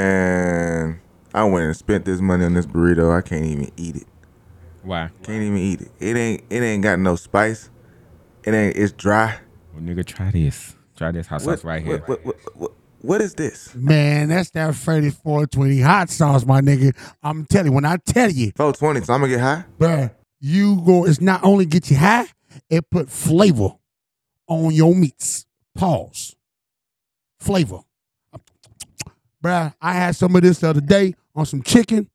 Man, I went and spent this money on this burrito. I can't even eat it. Why? Can't even eat it. It ain't. It ain't got no spice. It ain't. It's dry. Well, nigga, try this. Try this hot sauce right here. What, what, what, what, what is this? Man, that's that 3420 hot sauce, my nigga. I'm telling you, when I tell you, 420. So I'm gonna get high. bruh, you go, it's not only get you high, it put flavor on your meats. Pause. Flavor. Bruh, I had some of this the other day on some chicken,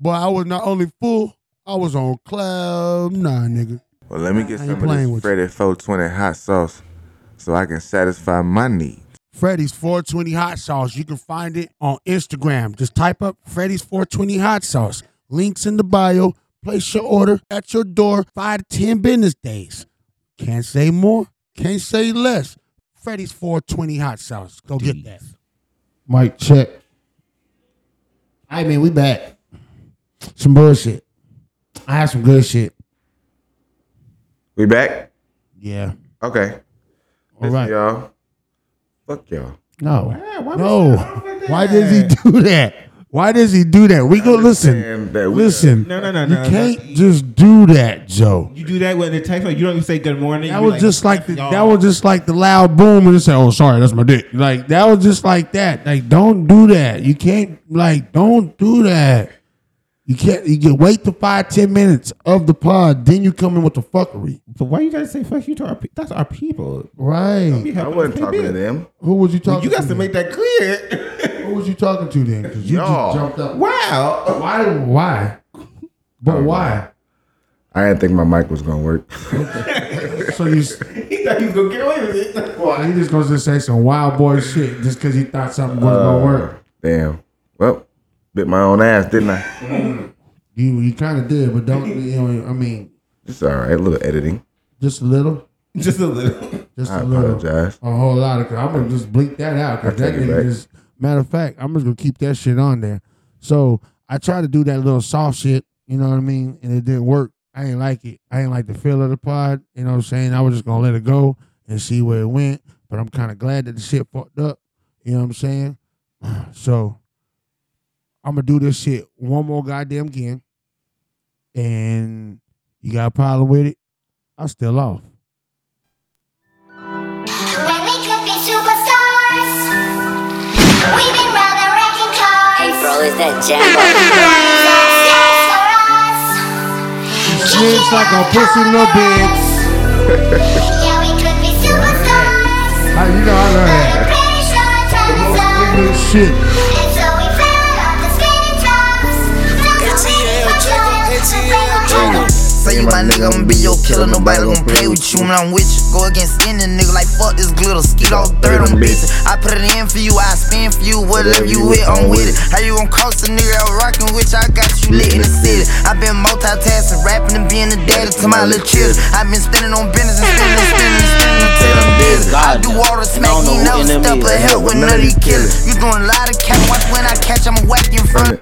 but I was not only full, I was on cloud nine, nigga. Well, let me get I some ain't of playing this with Freddy 420 hot sauce, so I can satisfy my need. Freddy's 420 hot sauce. You can find it on Instagram. Just type up Freddy's 420 hot sauce. Links in the bio. Place your order at your door five to 10 business days. Can't say more, can't say less. Freddy's 420 hot sauce. Go get that. Mic check. I mean, we back. Some bullshit. I have some good shit. We back? Yeah. Okay. All Listen, right. y'all. Fuck y'all. No. why no. Why does he do that? Why does he do that? We go listen. And that we- Listen. No, no, no, You no, no. can't just do that, Joe. You do that when the text, like, you don't even say good morning. That you be was just like the, y'all. that was just like the loud boom and just say, "Oh, sorry, that's my dick." Like that was just like that. Like don't do that. You can't like don't do that. You can't. You can wait the five ten minutes of the pod, then you come in with the fuckery, But why you gotta say fuck you to our people? That's our people. right? I wasn't talking to them. Who was you talking? You got to? to make that clear. Who was you talking to then? 'Cause you Y'all. just jumped up. wow. Why? Why? But why? I didn't think my mic was gonna work. So you, s- He thought he was gonna get away with it. well, he just goes to say some wild boy shit just because he thought something was Uh. gonna work. Damn. Well, bit my own ass, didn't I? You you kind of did, but don't. You know, I mean, It's all right. A little editing. just a little. Just a little. Just I a little. apologize. A whole lot of. i I'm gonna just bleep that out because that take it nigga back. just. Matter of fact, I'm just gonna keep that shit on there. So I tried to do that little soft shit. You know what I mean? And it didn't work. I ain't like it. I ain't like the feel of the pod. You know what I'm saying? I was just gonna let it go and see where it went. But I'm kind of glad that the shit fucked up. You know what I'm saying? So I'm gonna do this shit one more goddamn game. And you got a problem with it? I'm still off. When we could be superstars, we've been rather wrecking cars. Bro, is that Jack? Yes, for us. She's like a pussy little bitch. Yeah, we could be superstars, Like, you know I love but that. I'm pretty sure it's not the sun. Good shit. And so we fell off the spinning drops. Don't go waiting for trials, but break our hearts. Say you my nigga, I'ma be your killer. Nobody gon' play with you when I'm with you. Go against any nigga like fuck this glitter. Skeet off third on bitches. I put it in for you, I spin for you. Whatever you with, I'm with it. How you gon' cross a nigga out rockin' with you? I got you lit in the city. i been multitasking, rapping and being the daddy to my little children. i been standing on business and standing and standing and standing until I'm busy. I do all the smack, you never step or help with none of these killers. You doing a lot of cat watch when I catch, I'ma whack you in front of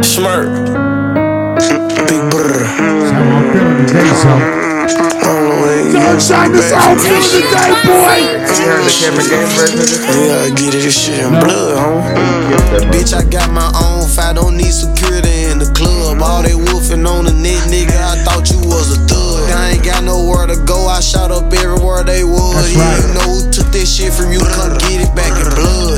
Smirk. Big brr. That's how I'm feeling today, so. Sunshine is out. You heard the Kevin Gates version? Yeah, I get it. This shit in blood, homie. Bitch, I got my own fight. Don't need security in the club. All they wolfing on the net, nigga. I thought you was a thug. I ain't got nowhere to go. I shot up everywhere they was. That's yeah, right. you know who took that shit from you. Come get it back in blood.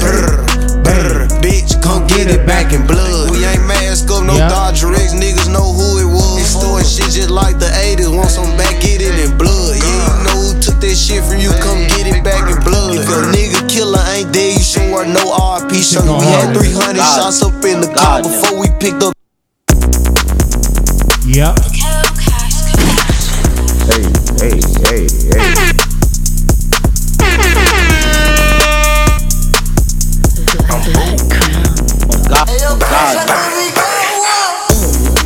Brr, Bitch, come get it back in blood. We ain't mask up, no Yeah. Dodger X. Niggas know who it was. Extorting shit just like the 80s. Want some back, get it in blood. Yeah, you know who took that shit from you. Come get it back in blood. If your nigga killer ain't there, you sure wear no RP shirt. Go We had hard. 300 shots up in the car before we picked up. Yep. Hey, hey, hey, hey.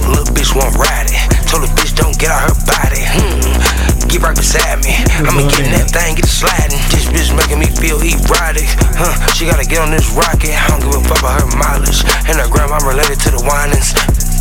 Little bitch won't ride it. Told the bitch don't get out her body. Hmm. get right beside me. I'ma get in that thing, get to sliding. This bitch making me feel erotic. Huh, she gotta get on this rocket. I don't give a fuck about her mileage. And her grandma related to the whinings.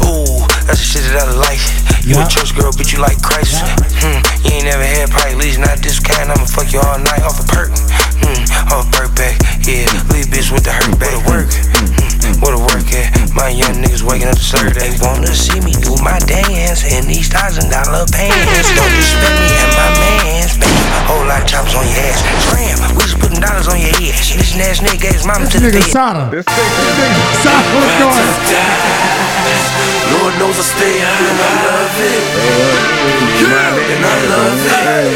Ooh, that's the shit that I like. You a church girl, bitch, you like Christ. Hmm, you ain't never had probably least not this kind. I'ma fuck you all night off a perk. Hmm, off a perk back. Yeah, leave bitch with the hurt back. Work. Hmm, what a work at. My young niggas waking up to slur. They wanna see me do my dance in these thousand dollar pants. Don't disrespect me and my mans. Bam, whole lot of choppers on your ass. Scram, we just putting dollars on your head. This ass nigga gave his mama to the Nigga bed. Sada. This thing, Sada, what's going on? Lord knows I stay high and I love it. And I love it.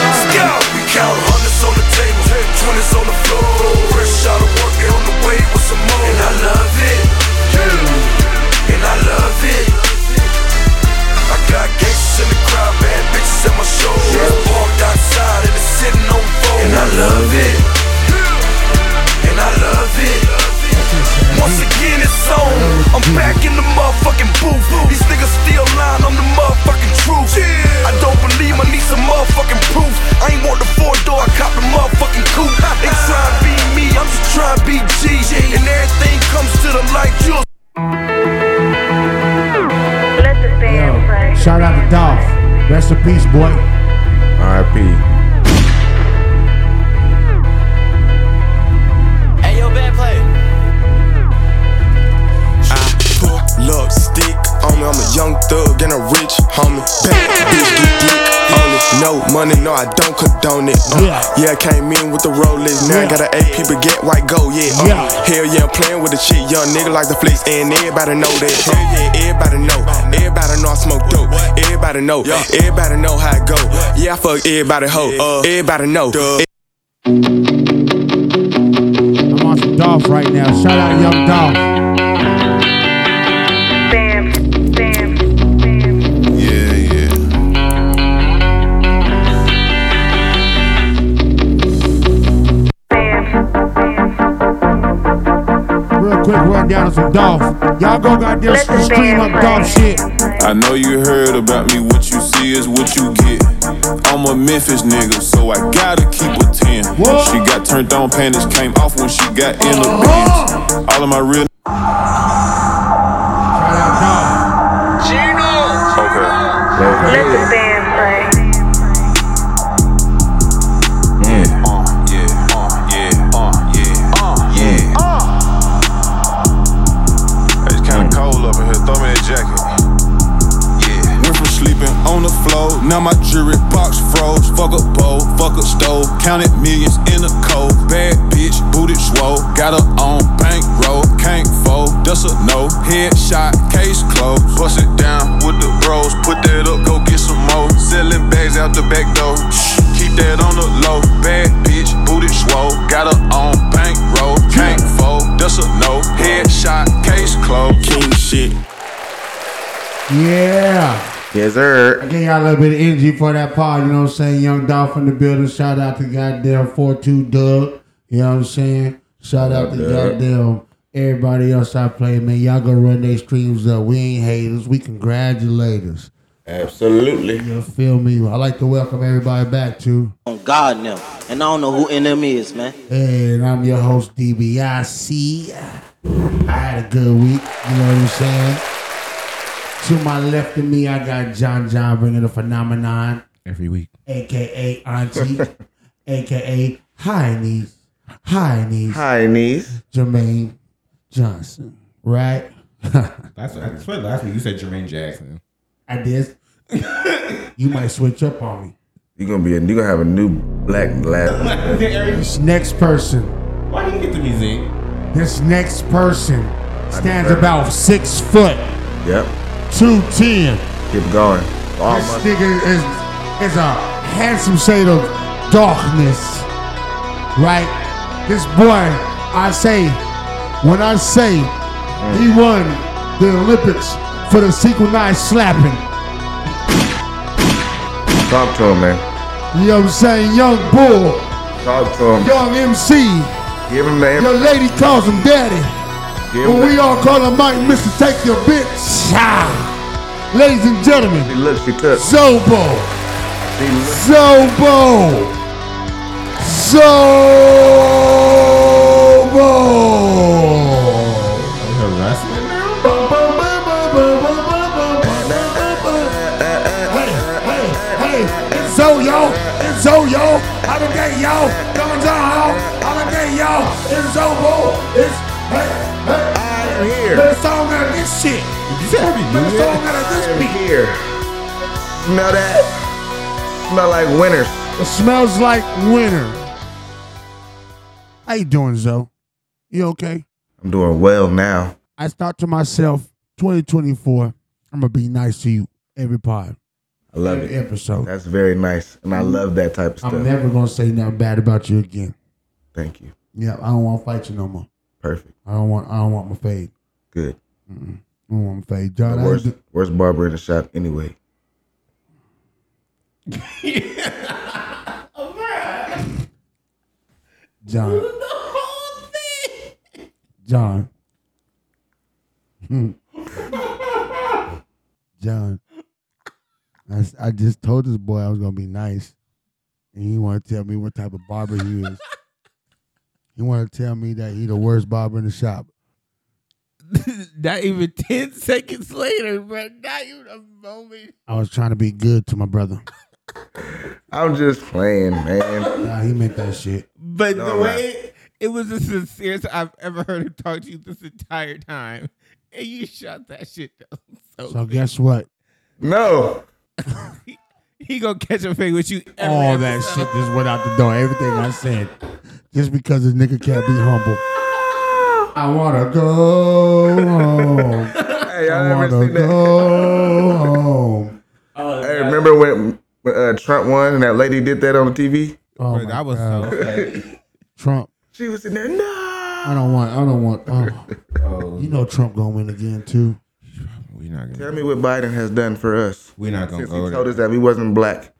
Let's go. We count hundreds on the table, twenties on the floor. Fresh out of work, and on the way with some more. And I love it. And I love it. I got gangsters in the crowd, bad bitches at my show. It's parked outside and it's sitting on four. And I love it. And I love it. Once again, it's on. I'm back in the motherfucking booth. These niggas still lying. I'm the motherfucking truth. I don't believe I need some motherfucking proof. I ain't want the four door. I cop the motherfucking coupe. They try to be me. I'm just trying to be G. And everything comes to the light. You'll Shout out to Dolph. Rest in peace, boy. R.I.P. Hey, yo, bad play. I pull up stick on me. I'm a young thug and a rich homie. Bad bitch, get dick on it. No money, no, I don't condone it. Uh, Yeah. yeah, I came in with the Rolex. Now I Yeah. got an AP, but get white gold, yeah. Uh, Yeah. Hell yeah, I'm playing with a shit. Young nigga like the flex, and everybody know that. Hell yeah, everybody know. Everybody know I smoke dope. Everybody know. Everybody know how it go. Yeah, I fuck everybody hoe. Uh, everybody know. I'm on some Dolph right now. Shout out Young Dolph. Yeah, yeah. Real quick rundown of some Dolph. Y'all go out there and stream up Dolph shit. I know you heard about me. What you see is what you get. I'm a Memphis nigga, so I gotta keep a 10. What? She got turned on, panties came off when she got in the bench. All of my real. Shout out Okay. Yeah. Uh, yeah, uh, yeah, uh, yeah, uh, Yeah. It's kinda cold up in here, throw me that jacket. Yeah. Went from sleeping on the floor, now my jewelry box froze. Fuck a bowl, fuck a stove, counted millions in a cold. Bad bitch, booted swole, got her on bankroll. Can't fold, that's a no. Headshot, case closed. Bust it down with the bros, put that up, go get some more. Selling bags out the back door, Shh, keep that on the low. Bad bitch, booted swole, got her on bankroll. Can't fold, that's a no. Headshot, case closed. King shit. Young Dolph. Yeah. Yes, sir. Give y'all a little bit of energy for that pod, you know what I'm saying? Young Dolph in the building. Shout out to goddamn 42 Doug. You know what I'm saying? Shout out to goddamn everybody else I play, man. Y'all go run their streams up. We ain't haters. We congratulators. Absolutely. You feel me? I like to welcome everybody back to. On Oh, God now. And I don't know who NM is, man. And I'm your host, DBIC. I had a good week, you know what I'm saying? To my left of me, I got John John bringing the phenomenon. Every week. aka Auntie, aka Hi Niece, Hi Niece, Hi, niece. Jermaine Johnson, right? That's I swear last week you said Jermaine Jackson. I did. you might switch up on me. You gonna be a, you gonna have a new black lab. This next person, Why didn't you get the music? this next person stands about six foot, Yep. two ten. Keep going. All This my nigga is is a handsome shade of darkness, right? This boy, I say, when I say he won the Olympics for the sequel nine slapping, talk to him, man. you know what I'm saying? Young Bull, Talk to him. young MC, Give him the your lady calls him daddy. give him But we the- all call him Mike, Mr. Take Your Bitch. Ah. Ladies and gentlemen, Look, she took. Zobo, Zobo! Zobo! Harassment now? It's so yo, it's so yo, I done got yo, coming to home, I done got yo, it's so boo, it's hey, hey. I'm here. Better song out of this shit, You said Happy New better Year? song out of this I'm beat. here. Smell that? Smell like winners. It smells like winter. How you doing, Zoe? You okay? I'm doing well now. I thought to myself, 2024, I'm gonna be nice to you every pod, I love every it. episode. That's very nice, and I love that type of stuff. I'm never gonna say nothing bad about you again. Thank you. Yeah, I don't want to fight you no more. Perfect. I don't want. I don't want my fade. Good. I don't want my fade. John, I Worst, ain't do- worst barber in the shop, anyway. John. John. Hmm. John. I, s- I just told this boy I was gonna be nice, and he want to tell me what type of barber he is. he want to tell me that he the worst barber in the shop. not even 10 seconds later, bro. Not even a moment. I was trying to be good to my brother. I'm just playing, man. Nah, he meant that shit. But No, the man. way it was the sincerest I've ever heard him talk to you this entire time. And you shot that shit down. So, So guess what? No. he gonna catch a thing with you every All that episode. shit just went out the door. Everything I said, just because this nigga can't be humble. I wanna go home. Hey, I y'all ever wanna seen that? go home. Hey, remember when when, uh, Trump won and that lady did that on the TV? Oh Bro, my that was God. so sad. Trump. She was in there. No. I don't want. I don't want. Oh, you know Trump gonna win again too. We not gonna. Tell me what Biden has done for us We not gonna since he go told there. us that we wasn't black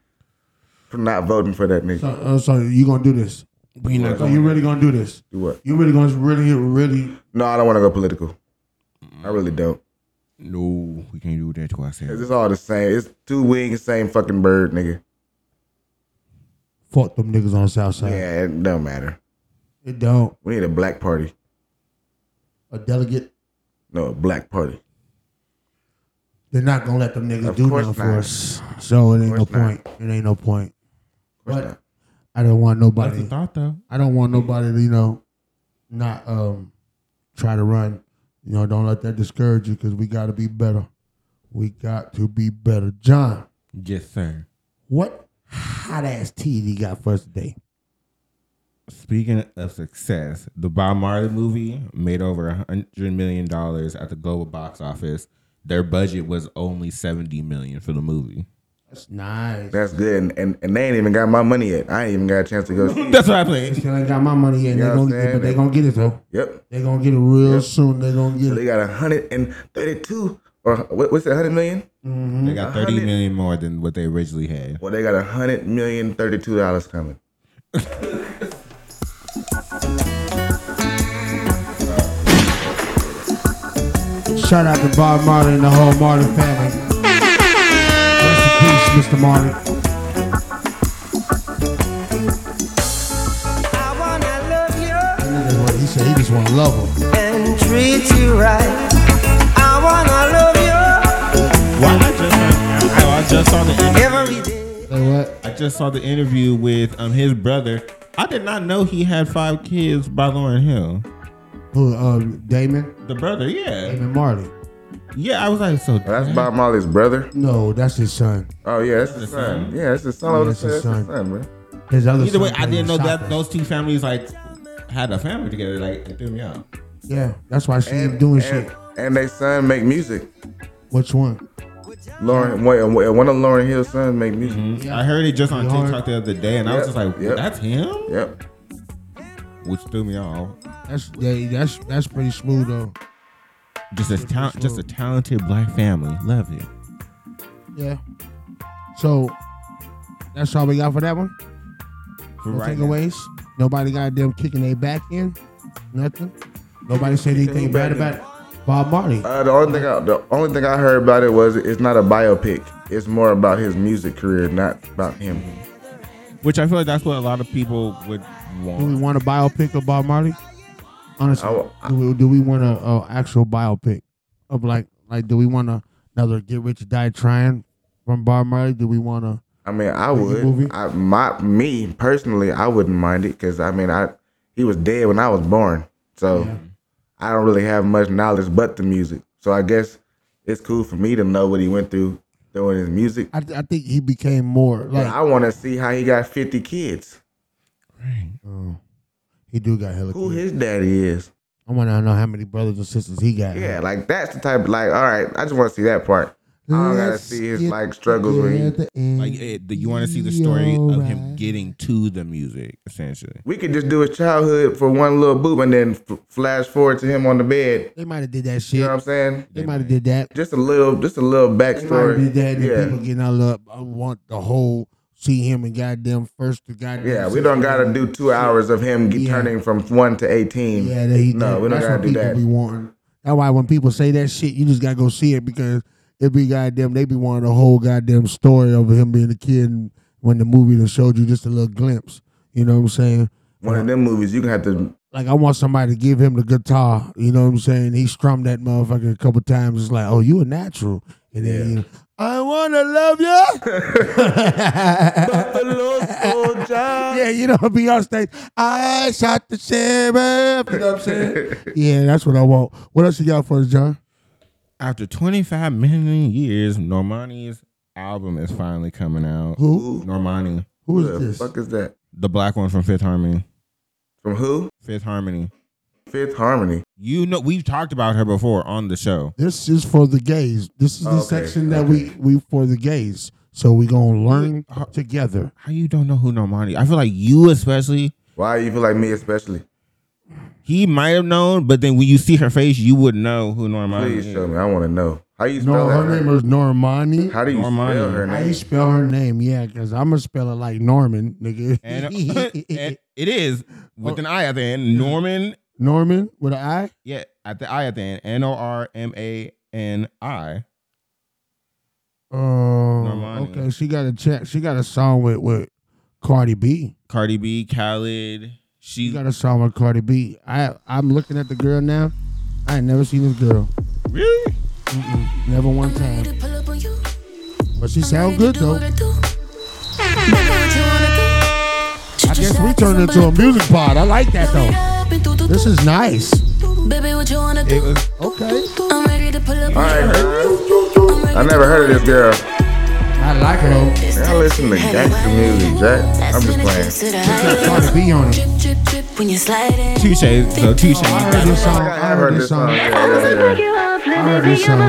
for not voting for that nigga. So, uh, so you gonna do this? We not So you really gonna do this? Do what? You really gonna really really? No, I don't want to go political. I really don't. No, we can't do that to Cause ourselves. it's all the same. It's two wings, same fucking bird, nigga. Fuck them niggas on the South Side. Yeah, it don't matter. It don't. We need a black party. A delegate. No, a black party. They're not gonna let them niggas Of do course nothing for not. us. So it ain't no course point. It ain't no point. Of course But not. I don't want That's the nobody. thought, though. I don't want nobody to you know, not um, try to run. You know, don't let that discourage you because we got to be better. We got to be better, John. Yes, sir. What hot ass tea you got for us today? Speaking of success, the Bob Marley movie made over a hundred million dollars at the global box office. Their budget was only seventy million for the movie. That's nice. That's good. And, and and they ain't even got my money yet. I ain't even got a chance to go see. it. That's what I They played. still ain't got my money yet. You They know gonna what I'm get it, saying? but they gonna get it though. Yep. They gonna get it real soon. They gonna get They it. got a hundred and thirty-two or what, what's it, hundred million? They got thirty hundred- million more than what they originally had. Well, they got a hundred million thirty-two dollars coming. Shout out to Bob Marley and the whole Marley family. Rest in peace, Mr. Marley. I wanna love you He said he just wanna love her. and treat you right. I wanna love you Well, I just, I, I just saw the interview. every day. Say what? I just saw the interview with um his brother. I did not know he had five kids by Lauren Hill. Who? Um, Damon. The brother, yeah, Damon Marley. yeah. I was like, so Well, that's Bob Marley's brother. No, that's his son. Oh yeah, that's his son. Yeah, that's his son. Oh, Yeah, that's that's his his son, son. man. His other Either son way, I played didn't know in that soccer. those two families like had a family together. Like it threw me out. Yeah, that's why she ain't doing and, shit. And they son make music. Which one? Lauren, one one of Lauren Hill's sons make music. Mm-hmm. I heard it just on Lord. TikTok the other day, and I was Yep, just like, yep. "That's him," Yep. which threw me off. That's they, that's that's pretty smooth though. Just a ta- just a talented black family. Love it. Yeah. So that's all we got for that one. For No right now. takeaways. Nobody got them kicking their back in. Nothing. Nobody said anything bad about Bob Marley. Uh, the only thing I, the only thing I heard about it was it's not a biopic. It's more about his music career, not about him. Which I feel like that's what a lot of people would Do we want. want a biopic of Bob Marley? Honestly, I will- do, we, do we want a, a actual biopic of like like do we want a, another Get Rich or Die Trying from Bob Marley? Do we want to? I mean, I Like the movie? would. I, my me personally, I wouldn't mind it because I mean, I he was dead when I was born, so I don't really have much knowledge but the music. So I guess it's cool for me to know what he went through doing his music. I, th- I think he became more But like I want to see how he got fifty kids. oh, he do got hella. Who kids. his daddy is? I want to know how many brothers and sisters he got. Yeah, like that's the type. Of, like, all right, I just want to see that part. I don't gotta Let's see his get like struggles when he Like it, the, you want to see the story of him getting to the music, essentially. We could just do his childhood for one little boop and then f- flash forward to him on the bed. They might have did that shit. You know what I'm saying? They might have did that. Just a little, just a little They might have backstory. did that. And yeah, people getting all up. I want the whole see him and goddamn first to goddamn. yeah. We don't gotta do two hours of him get, Yeah. turning from one to eighteen. Yeah, they, no, we don't that's gotta what do people that. Be wanting. That's why when people say that shit, you just gotta go see it because it be goddamn. They be wanting the whole goddamn story of him being a kid and when the movie that showed you just a little glimpse. You know what I'm saying? One of them movies, you gonna have to. Like I want somebody to give him the guitar. You know what I'm saying? He strummed that motherfucker a couple times. It's like, oh, you a natural. And then you know, I wanna love you. Buffalo soldier. yeah, you know, be on stage. I shot the sheriff. You know what I'm saying? yeah, that's what I want. What else you got for us, John? After 25 million years, Normani's album is finally coming out. Who? Normani, Who is the this? fuck is that? the black one from Fifth Harmony. From who? Fifth Harmony. Fifth Harmony. You know, we've talked about her before on the show. This is for the gays. This is the Okay, section that we we for the gays. So we gonna learn together. How you don't know who Normani? I feel like you especially. Why you feel like me especially? He might have known, but then when you see her face, you would know who Normani Please is. show me. I want to know how you No, spell that. her name is Normani. How do you Normani. spell her How you name? spell her name? Yeah, because I'm gonna spell it like Norman, nigga. And, uh, and it is with an I at the end. Norman, Norman with an I. yeah, at the I at the end. N O R M A N I. Um, Oh, Normani. okay. She got a chat. She got a song with with Cardi B. Cardi B, Khalid. She You got a song with Cardi B. I I'm looking at the girl now. I ain't never seen this girl. really? Never one time. But she sound good though. I guess we turned into a music pod. I like that though. This is nice. Baby, what you wanna do? Okay. I'm ready to pull up. All right, John. I never heard of this girl. I like her. I listen to gangster music, Jack. I'm just playing. though. Cardi B on it. Drip, drip, drip when you slide in. Two shades. So two shades. Oh, I heard this I song. I have heard this song. Yeah, I yeah, yeah. heard this song. I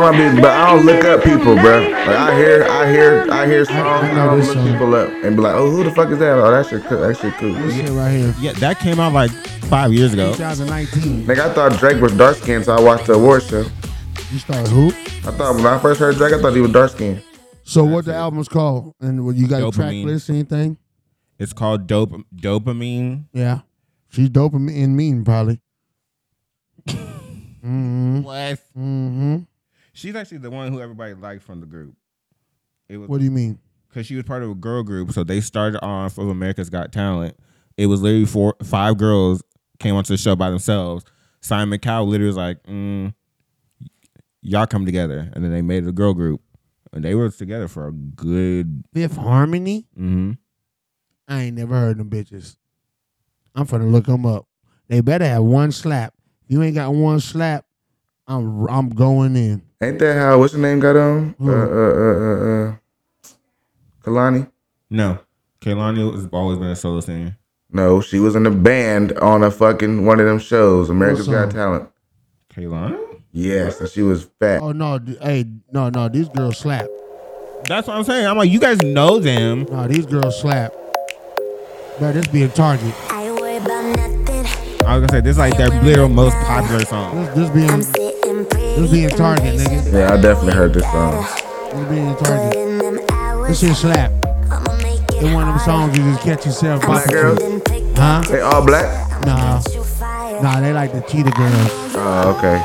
want to be, but I don't look up people, bro. Like I hear, I hear, I hear songs. I don't look people up and be like, oh, who the fuck is that? Oh, that shit cool. That shit cool. This shit right here. Yeah, that came out like five years ago. 2019. Nigga, I thought Drake was dark skinned, so I watched the award show. You started who? I thought when I first heard Drake, I thought he was dark skinned. So what the album's called? And what you got a track Dopamine. list? Anything? It's called Dope Dopamine. Yeah. She's dope and mean- mean probably. What? Mm-hmm. She's actually the one who everybody liked from the group. It was What do you mean? because she was part of a girl group. So they started off of America's Got Talent. It was literally four, five girls came onto the show by themselves. Simon Cowell literally was like, mm, "Y'all come together," and then they made it a girl group, and they were together for a good. Fifth Harmony? Mm-hmm. I ain't never heard them bitches. I'm finna look them up. They better have one slap. You ain't got one slap. I'm I'm going in. Ain't that how what's her name got on? Uh, uh, uh, uh, uh, Kalani. No, Kaylani has always been a solo singer. No, she was in a band on a fucking one of them shows, America's What song? Got Talent. Kaylani? Yes, and she was fat. Oh no, d- hey, no, no, these girls slap. That's what I'm saying. I'm like, you guys know them. No, these girls slap. Bro, this be a target. I worry about nothing. I was gonna say this is like their literal most popular song. This this be I'm a, sitting pretty. this be a target, nigga. Yeah, I definitely heard this song. This be a target. In them This hours, shit slap. I'ma make it It's one of them songs you just catch yourself Black bopping girls, to. Huh? they all black. Nah, You fire. nah, they like the cheetah girls. Oh, okay.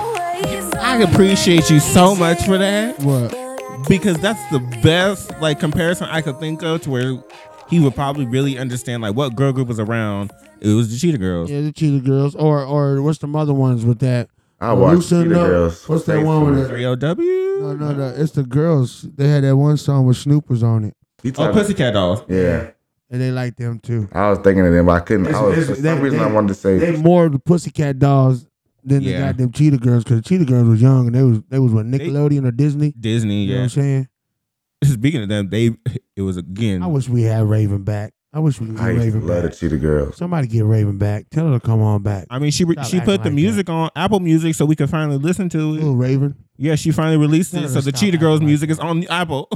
I appreciate you so much for that. What? because that's the best like comparison I could think of to where he would probably really understand like what girl group was around. It was the Cheetah Girls. Yeah, the Cheetah Girls, or or what's the mother ones with that? I watched Loosen Cheetah Up. Girls. What's that Thanks one for with the the 3OW? No, no, no. It's the girls. They had that one song with Snoop was on it. Oh, Pussycat Dolls. Yeah. And they like them too. I was thinking of them, but I couldn't. I It's- was, it's- for some they- reason, they- I wanted to say They more of the pussycat dolls than Yeah. the goddamn cheetah girls because the cheetah girls was young and they was they was what Nickelodeon or Disney. Disney. You Yeah. know what I'm saying? Speaking of them, they it was again. I wish we had Raven back. I wish we could get I used to Raven love the back. Cheetah Girls. Somebody get Raven back. Tell her to come on back. I mean, she re- Stop she acting put the like music on Apple Music so we could finally listen to it. Little Raven. Yeah, she finally released Tell it. her So to the stop Cheetah acting Girls music is on Apple.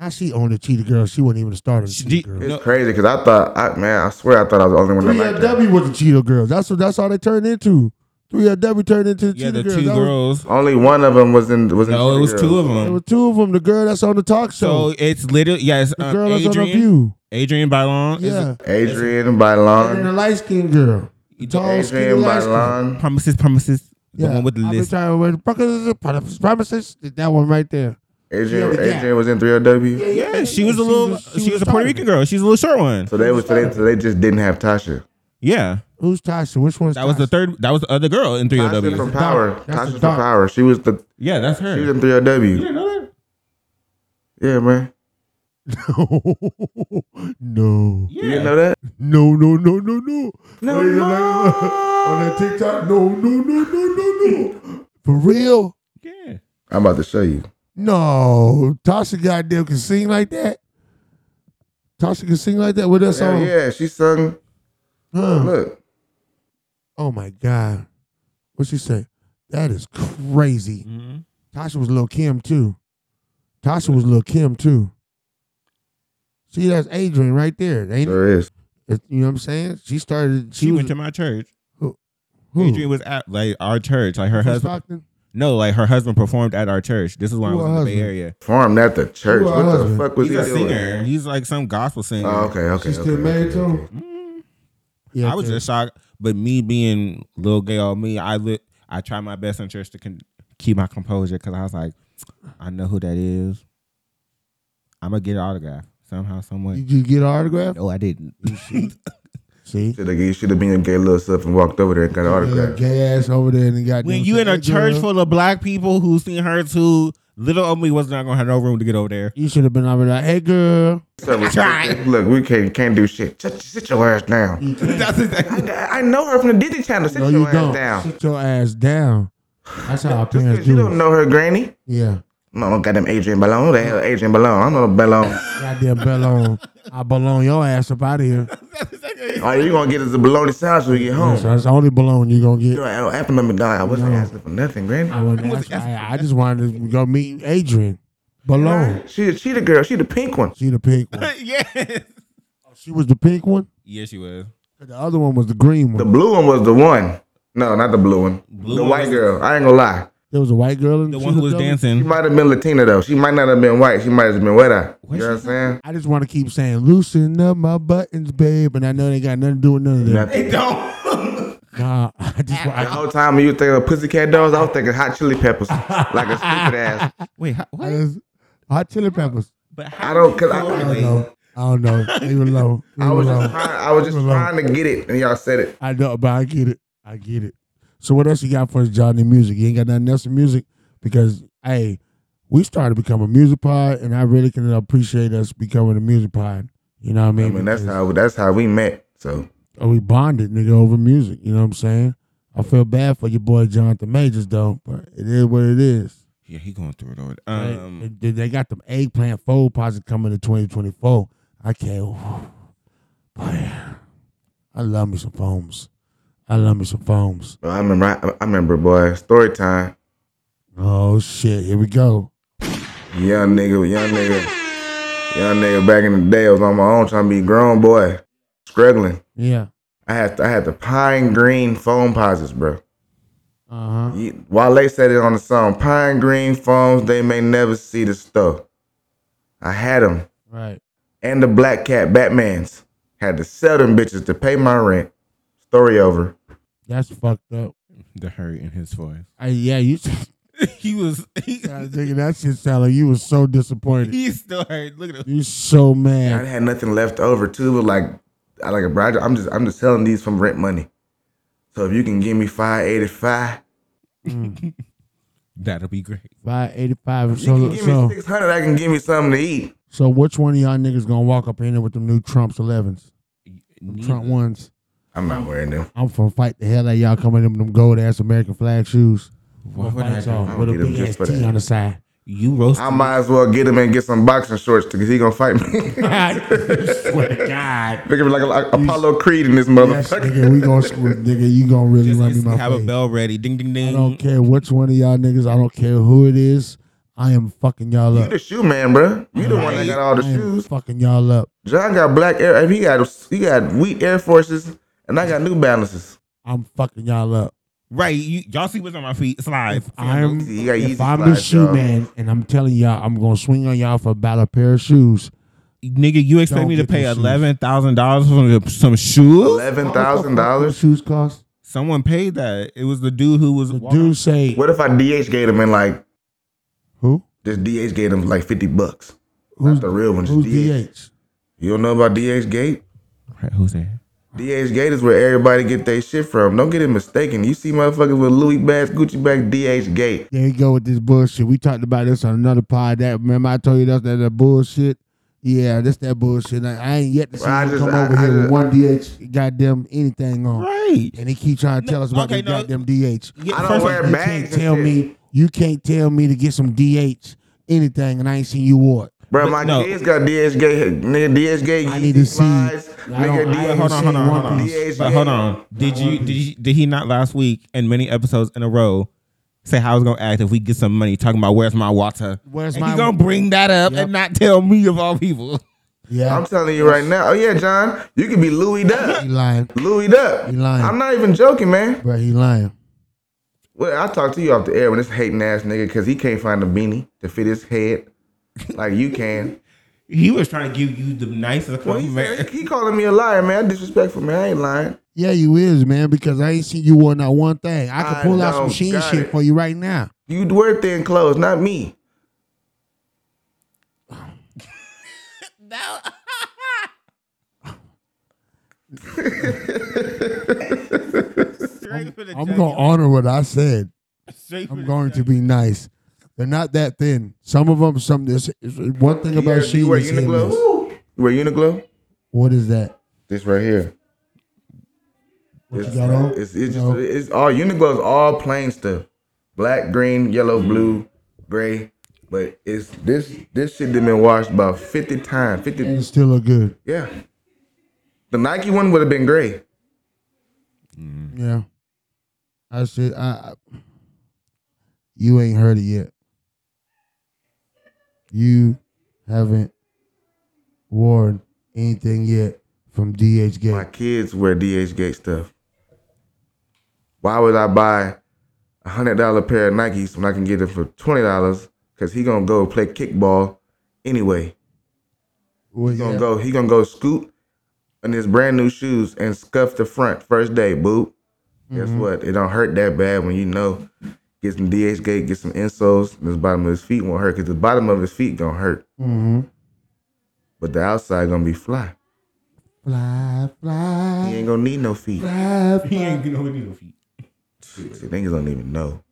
How she owned the cheetah girls? She wasn't even a starter. of the Cheetah Girls. It's crazy because I thought, I, man, I swear I thought I was the only one that liked that. 3LW was the cheetah girls. That's what. That's all they turned into. 3LW turned into the Yeah, the cheetah girls. two That was- girls. Only one of them was in. Was in No, it Cheetah was two Girls. of There them. were two of them. The girl that's on the talk show. So it's literally yes. The um, girl that's on The Adrian, View. Adrian Bailon. is Yeah. a- Adrian and then the Bailon. light skinned girl. The tall, skinny, Adrian light skin. Bailon. Promises, promises. The Yeah, one with the I've been list. trying to win promises, promises, promises. That one right there. Adrian, Yeah, the gap. Adrian was in 3LW. Yeah, she was a little. was- She was a Puerto Rican girl. She's a little short one. So they was so they, so they just didn't have Tasha. Yeah, Who's Tasha? Which one's that was the third. That was the other girl in Tasha from 3LW. Power. That's Tasha a from dog. Power. She was the Yeah, that's her. she was in You 3LW. didn't know that? Yeah, man. no, You didn't know that? no, no, no, no, no. No, Wait, on that TikTok, no, no, no, no, no, no. For real? Yeah. I'm about to show you. No, Tasha goddamn can sing like that. Tasha can sing like that with us Hell on. yeah, she sung. Huh. Look, Oh my god, what she say? That is crazy. Mm-hmm. Mhm. Tasha was Lil Kim too. Tasha was Lil Kim too. See, that's Adrian right there. Ain't it? there is. It- You know what I'm saying? She started. She, She was, went to my church. who? Adrian was at like our church. Like her From husband. Stockton? No, like her husband performed at our church. This is when I Who was her in the Bay husband? Area. Performed at the church. Who her What the husband? fuck was He's he a doing? singer. He's like some gospel singer. Oh, okay, okay. She's still okay, married okay, to okay. him? Yeah, Mm-hmm. I was okay. just shocked. But me being little gay on me, I lit. I tried my best in church to con- keep my composure because I was like, I know who that is. I'm gonna get an autograph somehow, some Mm. way. Did you get an autograph? Oh, No, I didn't. See, Shoulda- You should have been a gay little self and walked over there and got an Little autograph. gay ass over there and got. when you in a church full of black people who seen her too, little on me was not gonna have no room to get over there. you should have been over there. Hey girl, So we- Look, we can't can't do shit. Sit, sit your ass down. That's exactly. I, I know her from the Disney Channel. Sit Mm. no, your you ass don't. down. Sit your ass down. That's how our Just 'cause parents you do. don't it. know her granny. Yeah, No, no goddamn Adrian Ballon. Who the hell Adrian Ballon? I don't know Ballon. goddamn Bellon. I balloon your ass up out of here. All you gonna get is a baloney sandwich when we get home. So that's the only balloon you gonna You get. know, I don't happen to McDonald's. I wasn't asking for nothing, granny. I, wasn't asking- I, I just wanted to go meet Adrian. Balloon. She, she the girl. She the pink one. She the pink one. yes. She was the pink one. Yes, she was. The other one was the green The one. blue one was the one. No, not the blue one. the one white was- girl. I ain't gonna lie. There was a white girl. In The one who was She dancing. might have been Latina though. She might not have been white. She might have been wet eye. You know what I'm saying? I just want to keep saying, loosen up my buttons, babe. And I know they got nothing to do with none of that. Nothing. Nah, I just The want. whole time when you thinking of pussycat dolls, I was thinking hot chili peppers. like a stupid ass. Wait, how, I what? just- Hot chili peppers. But how I don't cause I, I I, don't know. I don't know. Leave it alone. Leave I it was alone. just trying I was just Leave it alone. trying to get it and y'all said it. I know, but I get it. I get it. So what else you got for us, Johnny? Music? You ain't got nothing else in music because hey, we started to become a music pod, and I really can appreciate us becoming a music pod. You know what I I mean? mean that's Because- how that's how we met. So or we bonded, nigga, over music. You know what I'm saying? I feel bad for your boy Jonathan Majors though, but it is what it is. Yeah, he going through it over. right? Um, they, they got them eggplant fold posits coming in 2024. I can't. Boy, I love me some foams. I love me some foams. but I remember I, I remember boy, story time. Oh shit! Here we go. Young nigga, young nigga. Young nigga back in the day I was on my own trying to be a grown boy. Struggling. Yeah. I had I had the pine green foam posits, bro. Uh huh. You- Wale said it on the song. Pine green phones, they may never see the stuff. I had them. Right. And the black cat Batmans. Had to sell them bitches to pay my rent. Story over. That's fucked up. the hurt in his voice. I, yeah, you. he was. He, God, nigga, that shit sound like you was so disappointed. he still hurt. Look at him. You so mad. I had nothing left over too, but like, I like a bride. I'm just, I'm just selling these from rent money. So if you can give me five eighty five, That'll be great. Five eighty five. you can So give me so six hundred. I can give me something to eat. so which one of y'all niggas gonna walk up in there with them new Trump's elevens? Trump ones. I'm not wearing them. I'm for fight the hell out of y'all coming in with them gold ass American flag shoes. Why would I Lights do off that? I'll with a get 'em big ass just for T that. on the side. You roast. I might as well get him and get some boxing shorts because he gonna fight me. Swear to God. Figure like, a- like Apollo Creed in this motherfucker. nigga, we gonna screw, nigga, you gonna really Just run me my have a face. bell ready. Ding ding I ding. don't care which one of y'all niggas. I don't care who it is. I am fucking y'all You up. the shoe man, bro. You the one that got all the I am shoes. fucking y'all up. John got black air. He got he got wheat Air Forces, and I got New Balances. I'm fucking y'all up. Right. You, y'all see what's on my feet. Slide. I'm You got Yeezy if I'm the slides, shoe y'all. man, and I'm telling y'all, I'm gonna swing on y'all for about a pair of shoes. Nigga, you expect Don't me to get pay the shoes. eleven thousand dollars for the- some shoes? Eleven thousand dollars. Shoes cost. Someone paid that. It was the dude who was The walking- dude say What if I DH gave him and like who? just DH gave him like fifty bucks? Who's Not the real one. Just who's DH. DH? You don't know about DH Gate? Right, who's that? DH Gate is where everybody get their shit from. Don't get it mistaken. You see motherfuckers with Louis bags, Gucci bags, DH Gate. There you go with this bullshit. We talked about this on another pod. That remember I told you that's that, that bullshit. Yeah, that's that bullshit. Like, I ain't yet to see Well, I you just- come I- over I here with just- one DH goddamn anything on. Right. And he keep trying to tell us about okay, this no. goddamn DH. Yeah, I don't first wear off, You bags. can't tell and shit. me you can't tell me to get some DH anything, and I ain't seen you wore it. Bro, my no. kids got DH Gate. Nigga, DH Gate. I need to see. Slides, I don't- nigga, I DH, ain't hold on, hold seen on, one hold on. piece. DH But Gate. hold on. Did you did you, did he not last week and many episodes in a row say how I was gonna act if we get some money talking about where's my water? Where's and my he gonna bring that up Yep. and not tell me of all people. Yeah, I'm telling you right now. Oh yeah, John, you can be Louis up. he lying, Louis up. He lying. I'm not even joking, man. bro. He lying. Well, I talked to you off the air when this hating ass nigga because he can't find a beanie to fit his head like you can. He was trying to give you the nicest Well, he, compliment. he calling me a liar, man. Disrespectful, man. I ain't lying. Yeah, you is man because I ain't seen you wore not one thing. I I can pull out know, some sheen got shit it. for you right now. You wear thin clothes, not me. Straight for the I'm jugular. gonna honor what I said. Straight for I'm the going to jugular. be nice. They're not that thin. Some of them, some this is- one thing You wear, about you sheen wear is Uniqlo? hideous. You wear Uniqlo? What is that? This right here. What It's, you got on? it's, it's, You know? just, it's all Uniqlo is all plain stuff. Black, green, yellow, Mm-hmm. blue, gray. But it's this this shit done been washed about 50 times. 50 and it still look good. Yeah. The Nike one would have been great. Yeah. I should. I, I- You ain't heard it yet. You haven't worn anything yet from DH My Gate. kids wear DH Gate stuff. Why would I buy a hundred dollar pair of Nikes when I can get it for twenty dollars? Cause he gonna go play kickball anyway. Well, He gonna yeah. go. He gonna go scoot in his brand new shoes and scuff the front first day. Boo. Guess Mm-hmm. what? It don't hurt that bad when you know. Get some DH Gate. Get some insoles. And the bottom of his feet won't hurt. Cause the bottom of his feet gonna hurt, Mm-hmm. but the outside gonna be fly. Fly, He fly, ain't gonna need no feet. fly, He fly. ain't gonna need no feet. See, niggas don't even know.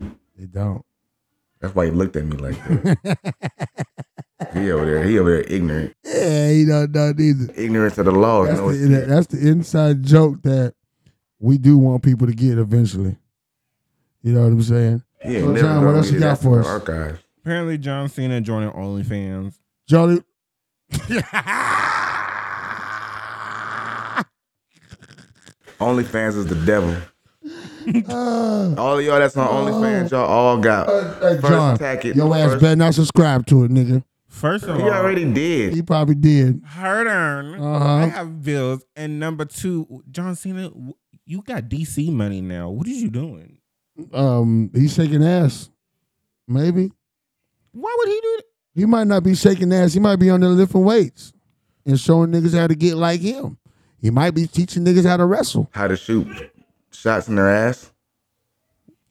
They don't. That's why he looked at me like that. he over there, he over there ignorant. Yeah, he don't know neither. Ignorant to the law. That's No, the, that's the inside joke that we do want people to get eventually. You know what I'm saying? he ain't So, never John, gonna what else read you it. got That's for in us? the Archives. Apparently John Cena joining OnlyFans. Jolly, OnlyFans is the devil. uh, All of y'all that's on OnlyFans, Oh. y'all all got Hey, first John, attack it. your ass first- better not subscribe to it, nigga. First of He all, already did. He probably did. hard earned. Uh-huh. I have bills. And number two, John Cena, w- you got DC money now. What are you doing? Um, he's shaking ass. Maybe Why would he do that? he might not be shaking ass. He might be on the lifting weights and showing niggas how to get like him. He might be teaching niggas how to wrestle. How to shoot shots in their ass.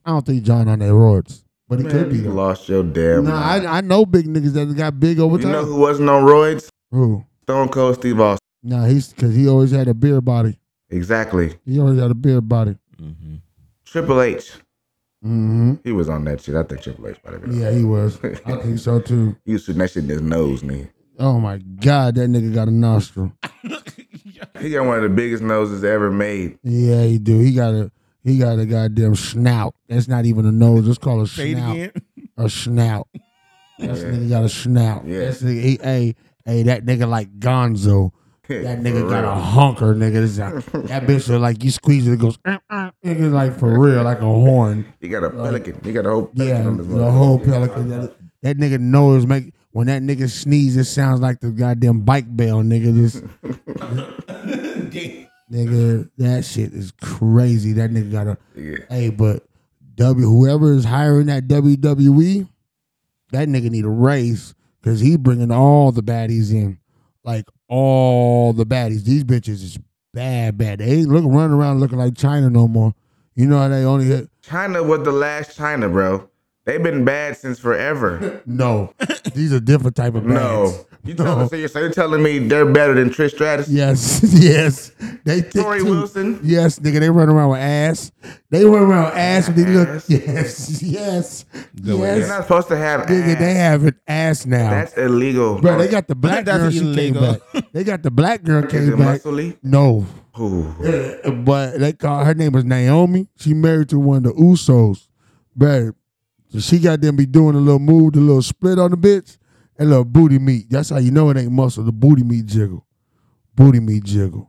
I don't think John on that roids. But it Man, could be. You though. lost your damn. Nah, mind. I, I know big niggas that got big over you time. know who wasn't on roids? Who? Stone Cold Steve Austin. Nah, he's because he always had a beer body. Exactly. He always had a beer body. Triple H. Mm-hmm. He was on that shit. I think Triple H might have been. Yeah, he was. I think so too. He was shooting that shit in his nose, nigga. Oh my god, that nigga got a nostril. He got one of the biggest noses ever made. Yeah, he do. He got a he got a goddamn snout. That's not even a nose. It's called a Say it snout. again. A snout. That Yeah. nigga got a snout. Yeah. That's nigga, he, hey, hey, that nigga like Gonzo. That nigga For got a real. honker, nigga. This- that bitch look like you squeeze it, it goes. "Ah, ah." Nigga like for real, like a horn. He got a pelican. He got a whole pelican Yeah, on his the motherfucker. whole pelican. That, that nigga nose make when that nigga sneeze, it sounds like the goddamn bike bell, nigga. This nigga, that shit is crazy. That nigga got a Yeah. hey, but W whoever is hiring that WWE, that nigga need a raise because he bringing all the baddies in, like all the baddies. These bitches is bad, bad. They ain't look running around looking like China no more. You know how they only hit. China was the last China, bro. They've been bad since forever. No, these are different type of bands. No. You telling, so, you're, so you're telling me they're better than Trish Stratus? Yes, yes. They think Tori too. Wilson? Yes, nigga, they run around with ass. They run around with ass with these look. Yes, yes, They're yes. not supposed to have Nigga, ass. they have an ass now. That's illegal. Bro, they got the black That's girl. She illegal. came back. They got the black girl Is it came back. muscly? No, Ooh. but they call her name was Naomi. She married to one of the Usos, but she got them be doing a little move, the little split on the bitch, and little booty meat. That's how you know it ain't muscle. The booty meat jiggle, booty meat jiggle.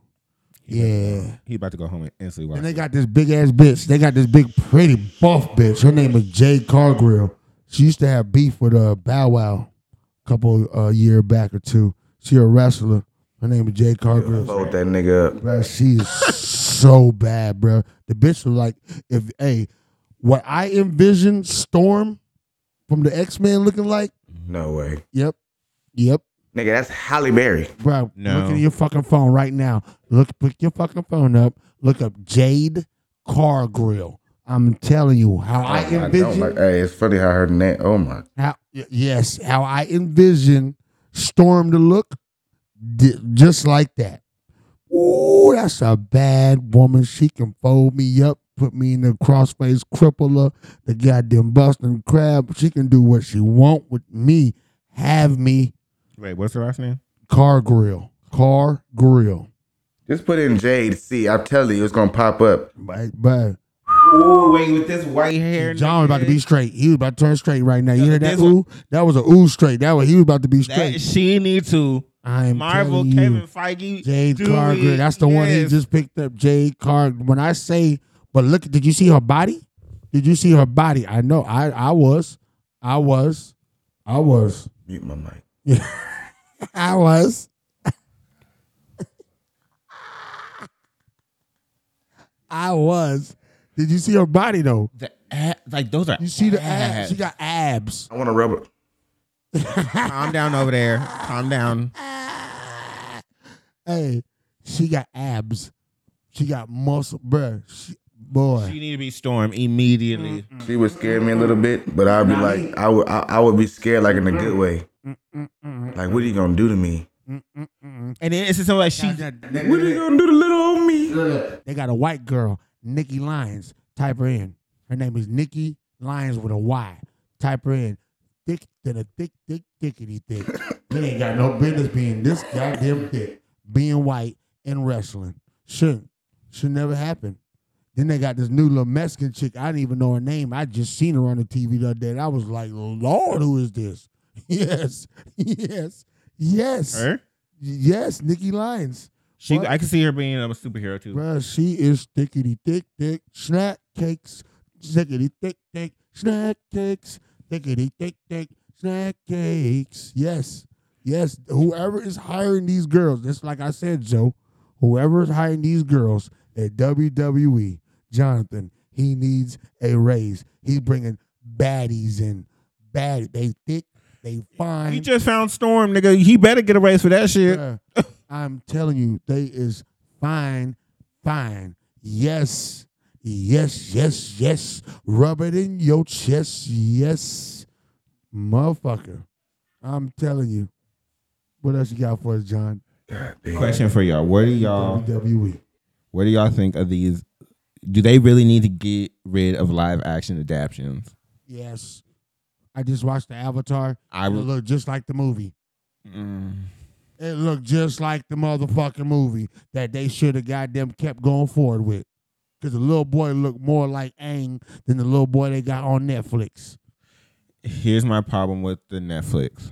Yeah. He about to go home and instantly watch. And they got this big ass bitch. They got this big pretty buff bitch. Her name is Jade Cargill. She used to have beef with uh, Bow Wow a couple uh, year back or two. She a wrestler. Her name is Jade Cargill. Fold that nigga up. Bruh, she is so bad, bruh. The bitch was like, if hey, what I envision Storm from the X Men looking like. No way. Yep, yep, Nigga, that's Halle Berry. bruh. No. Look at your fucking phone right now. Look, pick your fucking phone up. Look up Jade Cargill. I'm telling you how I don't envision. like. Hey, it's funny how her name. Oh my. how, y- yes, how I envision Storm to look, di- just like that. Ooh, that's a bad woman. She can fold me up, put me in the crossface crippler, the goddamn busting crab. She can do what she want with me. Have me Wait, what's her last name? car grill, car grill. Just put in Jade C. I'm telling you, it's gonna pop up. But, but Ooh, wait, with this white hair. John was about to nigga. be straight. He was about to turn straight right now. You hear that this one- ooh? That was a ooh straight. That was he was about to be That- straight. she need to. I am Marvel, telling you. Kevin Feige, Jade do Cargill. it. That's the one he Yes. just picked up. Jade Cargill. When I say, but look, did you see her body? Did you see her body? I know. I I was, I was, I was, Mute my mic. I was. I was. Did you see her body though? The a- like those are. You see the abs? She got abs. I want to rub it. Calm down over there. Calm down. Ah. Hey, she got abs. She got muscle, bruh. She, boy, She need to be Storm immediately. She would scare me a little bit, but I'd be like, I would, I, I would be scared like in a good way. Like, what are you gonna do to me? And then it's just something like she. What are you gonna do to little old me? They got a white girl, Nikki Lyons. Type her in. Her name is Nikki Lyons with a Y. Type her in. Thick than a thick, thick, thickity thick. they ain't got no business being this goddamn thick, being white and wrestling. Shouldn't. Should never happen. Then they got this new little Mexican chick. I didn't even know her name. I just seen her on the TV the other day. And I was like, Lord, who is this? Yes, yes, yes, Her? yes. Nikki Lyons. She. What? I can see her being a superhero too. Bruh, she is thickity thick thick snack cakes, thickity thick thick snack cakes, thickity thick thick snack cakes. Yes, yes. Whoever is hiring these girls, just like I said, Joe, whoever is hiring these girls at WWE, Jonathan, he needs a raise. He's bringing baddies in, bad. They thick, they fine. He just found Storm, nigga. He better get a raise for that shit. Bruh, I'm telling you, they is fine, fine. Yes, Yes, yes, yes. Rub it in your chest. Yes. Motherfucker. I'm telling you. What else you got for us, John? E. Question for y'all: What do y'all? WWE. What do y'all think of these? Do they really need to get rid of live action adaptions? Yes. I just watched the Avatar. I Mm. it w- looked just like the movie. It looked just like the motherfucking movie that they should have goddamn kept going forward with. Because the little boy looked more like Aang than the little boy they got on Netflix. Here's my problem with the Netflix.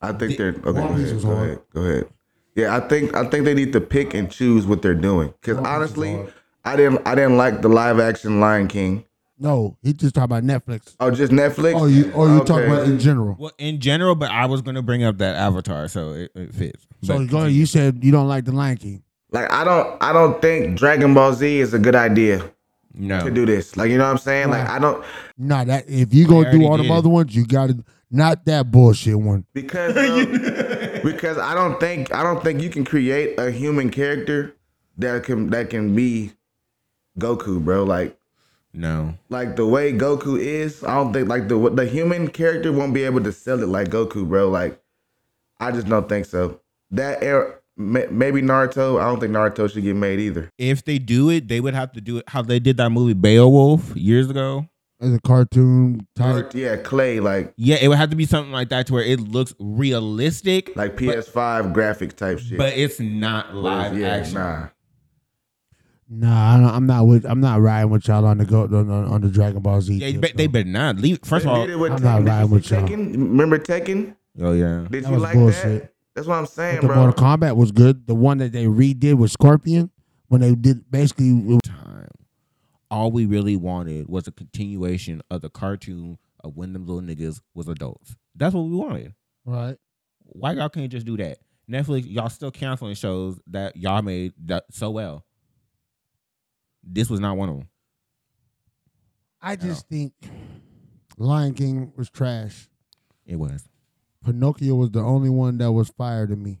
I think they're okay. Go One ahead, was go hard. ahead. Go ahead. Yeah, I think I think they need to pick and choose what they're doing. Because honestly, I didn't I didn't like the live action Lion King. No, he just talking about Netflix. Oh, just Netflix. Oh, you or you talking Okay. about in general. Well, in general, but I was gonna bring up that Avatar, so it, it fits. So But- go ahead, you said you don't like the Lion King. Like I don't I don't think Dragon Ball Z is a good idea no, to do this. Like you know what I'm saying? Like I don't Nah, that if you gonna do already all the did. other ones, you gotta not that bullshit one. because um, because I don't think I don't think you can create a human character that can that can be Goku, bro. Like no. like the way Goku is, I don't think like the the human character won't be able to sell it like Goku, bro. Like I just don't think so. That era, may, maybe Naruto. I don't think Naruto should get made either. If they do it, they would have to do it how they did that movie Beowulf years ago. As a cartoon type. Or, yeah, Clay like Yeah, it would have to be something like that to where it looks realistic, like PS5 graphics type shit. but it's not live yeah, action. nah. Nah, I don't, I'm not with. I'm not riding with y'all on the go on, on, on the Dragon Ball Z. They, tip, be- they though. better not leave. First of They all, did it with I'm not Tekken. Did riding you with see y'all. Tekken? Remember Tekken? oh yeah, Did That you was like that? bullshit. That's what I'm saying, But the bro. Mortal Kombat was good. The one that they redid with Scorpion when they did basically it was time. All we really wanted was a continuation of the cartoon of when them little niggas was adults. That's what we wanted. right. Why y'all can't just do that? Netflix, y'all still canceling shows that y'all made that so well. This was not one of them. I just think Lion King was trash. It was Pinocchio was the only one that was fire to me.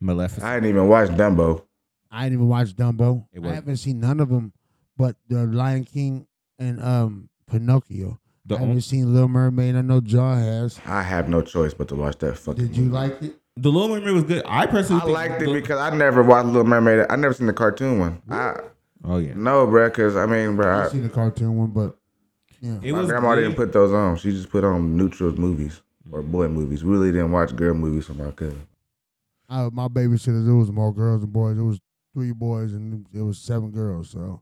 Maleficent. I didn't even watch Dumbo. I didn't even watch Dumbo. It I wasn't. haven't seen none of them, but the Lion King and um Pinocchio. The I on- haven't seen Little Mermaid. I know John has. I have no choice but to watch that fucking. Did you movie. like it? the Little Mermaid was good. I personally I think liked it the- because I never watched Little Mermaid. I never seen the cartoon one. I oh yeah, no, bro, because I mean, bro, I've I, seen the cartoon one, but it my was. grandma good. didn't put those on. She just put on neutral movies or boy movies. We really didn't watch girl movies for my cousin. I, my babysitters, it was more girls than boys. It was three boys and it was seven girls. So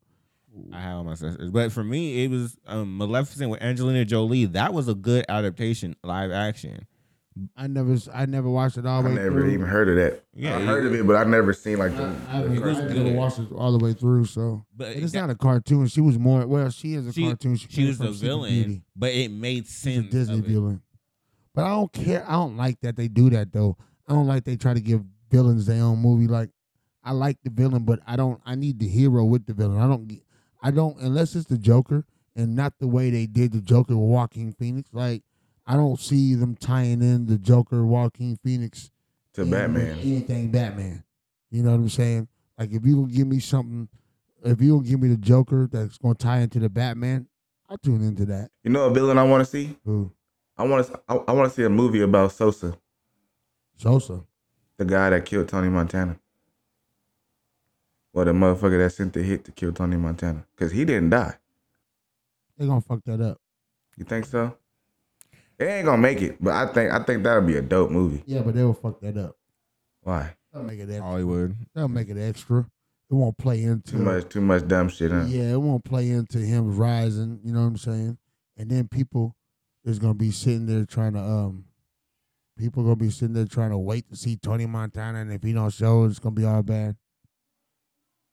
I had all my sisters, but for me, it was um, Maleficent with Angelina Jolie. That was a good adaptation, live action. I never, I never watched it all I the way never through. even heard of that. Yeah, Yeah, I it- heard of it, but I never seen like I, the. I haven't- It was I never good. watched it all the way through. So But And it's that- not a cartoon. She was more. Well, she is a she, cartoon. She, came was from the Sleeping villain, Beauty. but it made She's a sense. Disney of it. villain. But I don't care. I don't like that they do that though. I don't like they try to give villains their own movie. Like I like the villain, but I don't. I need the hero with the villain. I don't. get- I don't unless it's the Joker and not the way they did the Joker with Joaquin Phoenix. Like I don't see them tying in the Joker Joaquin Phoenix To in Batman. Anything Batman. You know what I'm saying? Like if you gonna give me something, if you gonna give me the Joker that's gonna tie into the Batman, I tune into that. You know a villain I want to see? Who? I want to. I, I want to see a movie about Sosa, Sosa. the guy that killed Tony Montana. Well, the motherfucker that sent the hit to kill Tony Montana, cause he didn't die. They gonna fuck that up. You think so? It ain't gonna make it, but I think I think that'll be a dope movie. Yeah, Oh. but they will fuck that up. Why? They'll make it extra. Hollywood. They'll make it extra. It won't play into Too much, too much dumb shit, huh? Yeah, it won't play into him rising. You know what I'm saying? And then people is gonna be sitting there trying to um, people gonna be sitting there trying to wait to see Tony Montana, and if he don't show, it's gonna be all bad.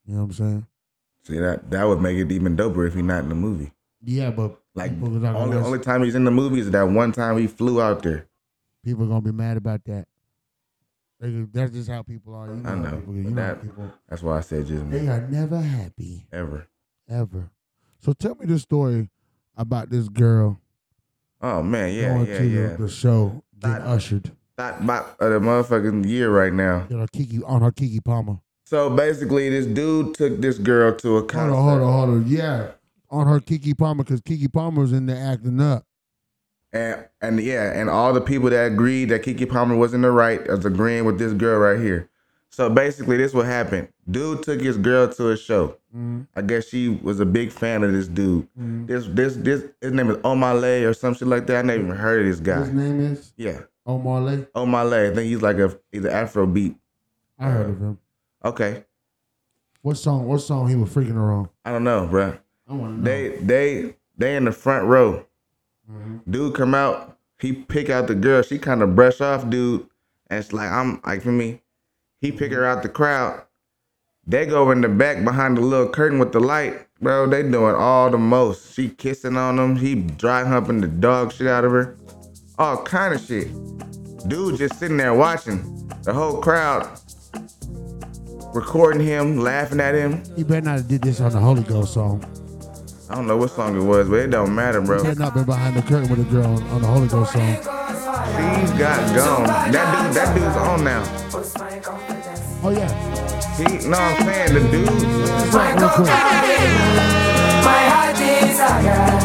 You know what I'm saying? See that that would make it even doper if he's not in the movie. Yeah, but Like people are not gonna only listen. only time he's in the movie is that one time he flew out there. people are gonna be mad about that. They, ju- that's just how people are. You know, I how know, people, you but know how that- people. That's why I said just They are never happy. ever. ever. So tell me the story about this girl Oh man, yeah, going yeah, to yeah. The, the show, getting That- ushered Thought about uh, the motherfucking year right now. on her Kiki on her Kiki Palmer. So basically, this dude took this girl to a Hold concert. on, hold on, hold on. Yeah, on her Kiki Palmer because Kiki Palmer's in there acting up. And, and yeah, and all the people that agreed that Kiki Palmer was in the right is agreeing with this girl right here. So basically, this what happened. Dude took his girl to a show. Mhm. I guess she was a big fan of this dude. Mhm. This this this his name is Omale or some shit like that. I never even heard of this guy. His name is yeah, Omar Lee. Omale. I think he's like a he's an Afrobeat. I heard of him. Okay, What song? What song he was freaking her on? I don't know, bro. I want to know. They they they in the front row. Dude come out, he pick out the girl. She kind of brush off dude, and it's like I'm like for me. He pick her out the crowd. They go in the back behind the little curtain with the light, bro. They doing all the most. She kissing on him. He dry humping the dog shit out of her. All kind of shit. Dude just sitting there watching the whole crowd recording him, laughing at him. He better not have did this on the Holy Ghost song. I don't know what song it was, but it don't matter, bro. He better not been behind the curtain with a girl on, on the Holy Ghost song. He's got gone. That dude, that dude's on now. Oh yeah, He, know what I'm saying? The dude, real quick. My heart desire,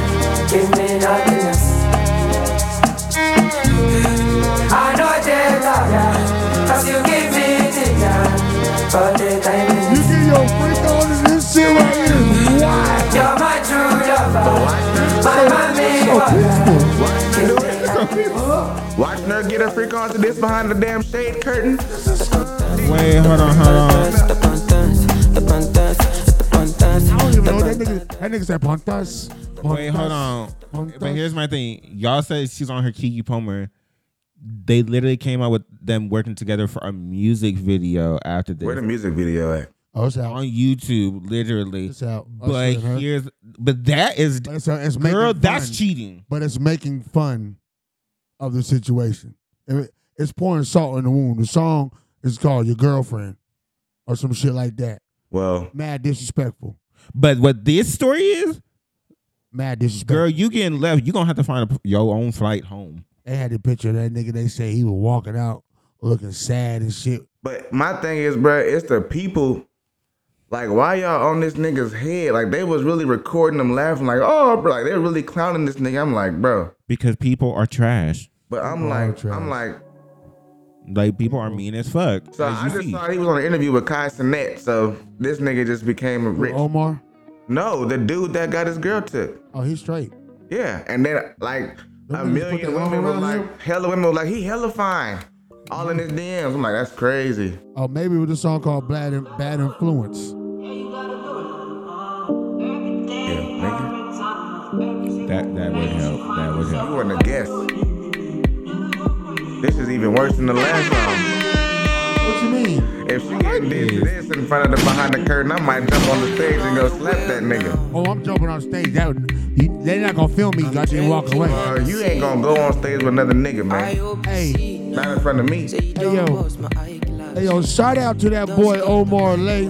give me nothing else. I know that love ya, cause you give me the ya, but the time You get your freak on in this shit right here. Why? You're my true lover, my mommy, So peaceful. watching her get her freak on to this behind the damn shade curtain. Wait, hold on, hold on. I don't even know that nigga. That nigga said punk us. Punk Wait, hold on. Punk But us. here's my thing. Y'all said she's on her Kiki Palmer. They literally came out with them working together for a music video after this Where the music video at? Oh, it's out. on YouTube, literally. It's out. Oh, Us but and her. here's, but that is, But it's, it's making girl, that's fun. cheating. But it's making fun of the situation. And it- It's pouring salt in the wound. The song is called "Your Girlfriend" or some shit like that. Well, Mad disrespectful. But what this story is, Mad disrespectful. girl, you getting left. You gonna have to find a, your own flight home. They had the picture of that nigga. They say he was walking out looking sad and shit. but my thing is, bro, it's the people. Like, why y'all on this nigga's head? Like, they was really recording him laughing, like, oh, bro, like, they're really clowning this nigga. I'm like, bro. Because people are trash. But I'm Oh, like, trash. I'm like, Like people are mean as fuck. so as I you just see. saw he was on an interview with Kai Sinet, so this nigga just became a Oh. rich. Omar. No, the dude that got his girl took. Oh, he's straight. Yeah, and then like a Them niggas put million their arm women were around like, him? hella women were like, he hella fine. All in his DMs. I'm like, that's crazy. Oh, maybe with a song called "Bad Bad Influence." Yeah, nigga. That that would help. That would You help. wouldn't have guessed. This is even worse than the last What you mean? song. If she hadn't did this in front of the behind the curtain, I might jump on the stage and go slap that nigga. Oh, I'm jumping on stage. That would, you, they're not gonna film me. I just walk away. Uh, you ain't gonna go on stage with another nigga, man. Hey, Not in front of me. hey yo, hey yo! Shout out to that boy Omar Lay.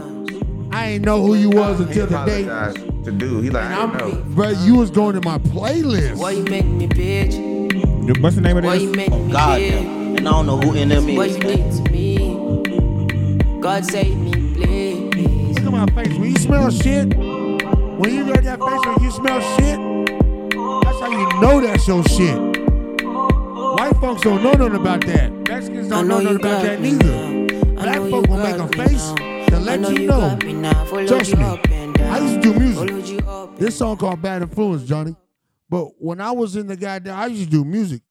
I ain't know who you was He until today. apologized to dude. He like, I I'm, don't know. bro, you was going to my playlist. Why you make me bitch? What's the name of Why this? you make me God bitch? damn. And I don't know who enemy What you is. man. did to me? God save me, please. Look at my face. When you smell shit, when you got that face when you smell shit, that's how you know that's your shit. White folks don't know nothing about that. Mexicans I don't know, nothing you about got that me neither. now. I Black know folk you will make got a me face now. to I let know you you know. got me now. Followed Trust you me. up and down. I used to do music. Followed you up This song called Bad Influence, Johnny. But when I was in the goddamn, I used to do music.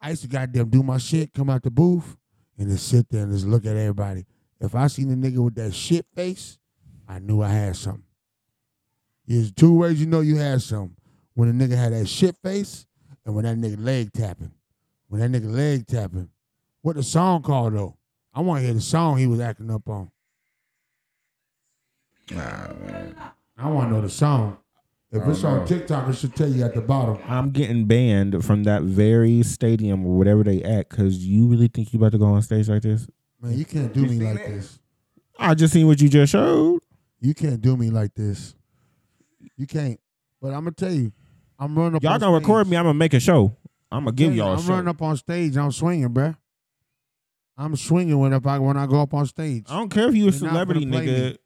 I used to goddamn do my shit, come out the booth, and just sit there and just look at everybody. If I seen a nigga with that shit face, I knew I had something. There's two ways you know you had something. When a nigga had that shit face, and when that nigga leg tapping. When that nigga leg tapping. What the song called though? I want to hear the song he was acting up on. I want to know the song. If it's on TikTok, it should tell you at the bottom. I'm getting banned from that very stadium or whatever they at because you really think you about to go on stage like this? Man, you can't do You me seen like it? this. I just seen what you just showed. You can't do me like this. You can't. But I'm gonna tell you, I'm running up. Y'all on gonna stage. record me? I'm gonna make a show. I'm gonna give Yeah, y'all a I'm running show. up on stage. I'm swinging, bruh. I'm swinging when if I when I go up on stage. I don't care if you a You're not celebrity, gonna play nigga. me.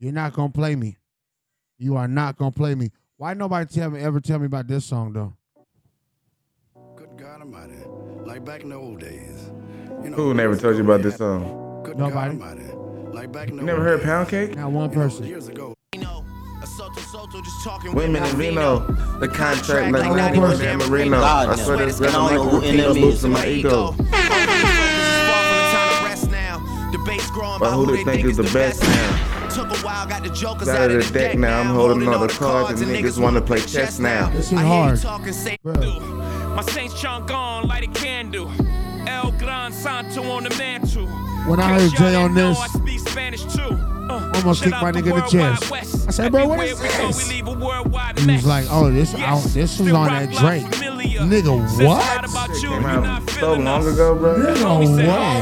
You're not gonna play me. You are not gonna play me. Why nobody tell me ever tell me about this song though? Good God Almighty, like back in the old days. You know, Who never told you about this song? Good Nobody. God Almighty, like back in You the never old heard days. Pound Cake? Not one You know, years ago. Women in Reno, the contract like Like not not even even in Reno. God, I no. swear this gonna Swear this gonna make a Reno make boost in my ego. But who they think is the best now? out of the deck now. I'm holding all the cards and niggas wanna play chess now. This shit hard. My Saints John gone light a candle. El Gran Santo on the mantle. When I heard Jay on this, Speak Spanish too. Uh, I almost shout kicked out my the nigga in the World chest. Wide West. I said, bro, what is Everywhere we go, this? we leave a worldwide He was mess. like, oh, this out, this was on that Drake. Nigga, what? Came out so long ago, bro. Nigga,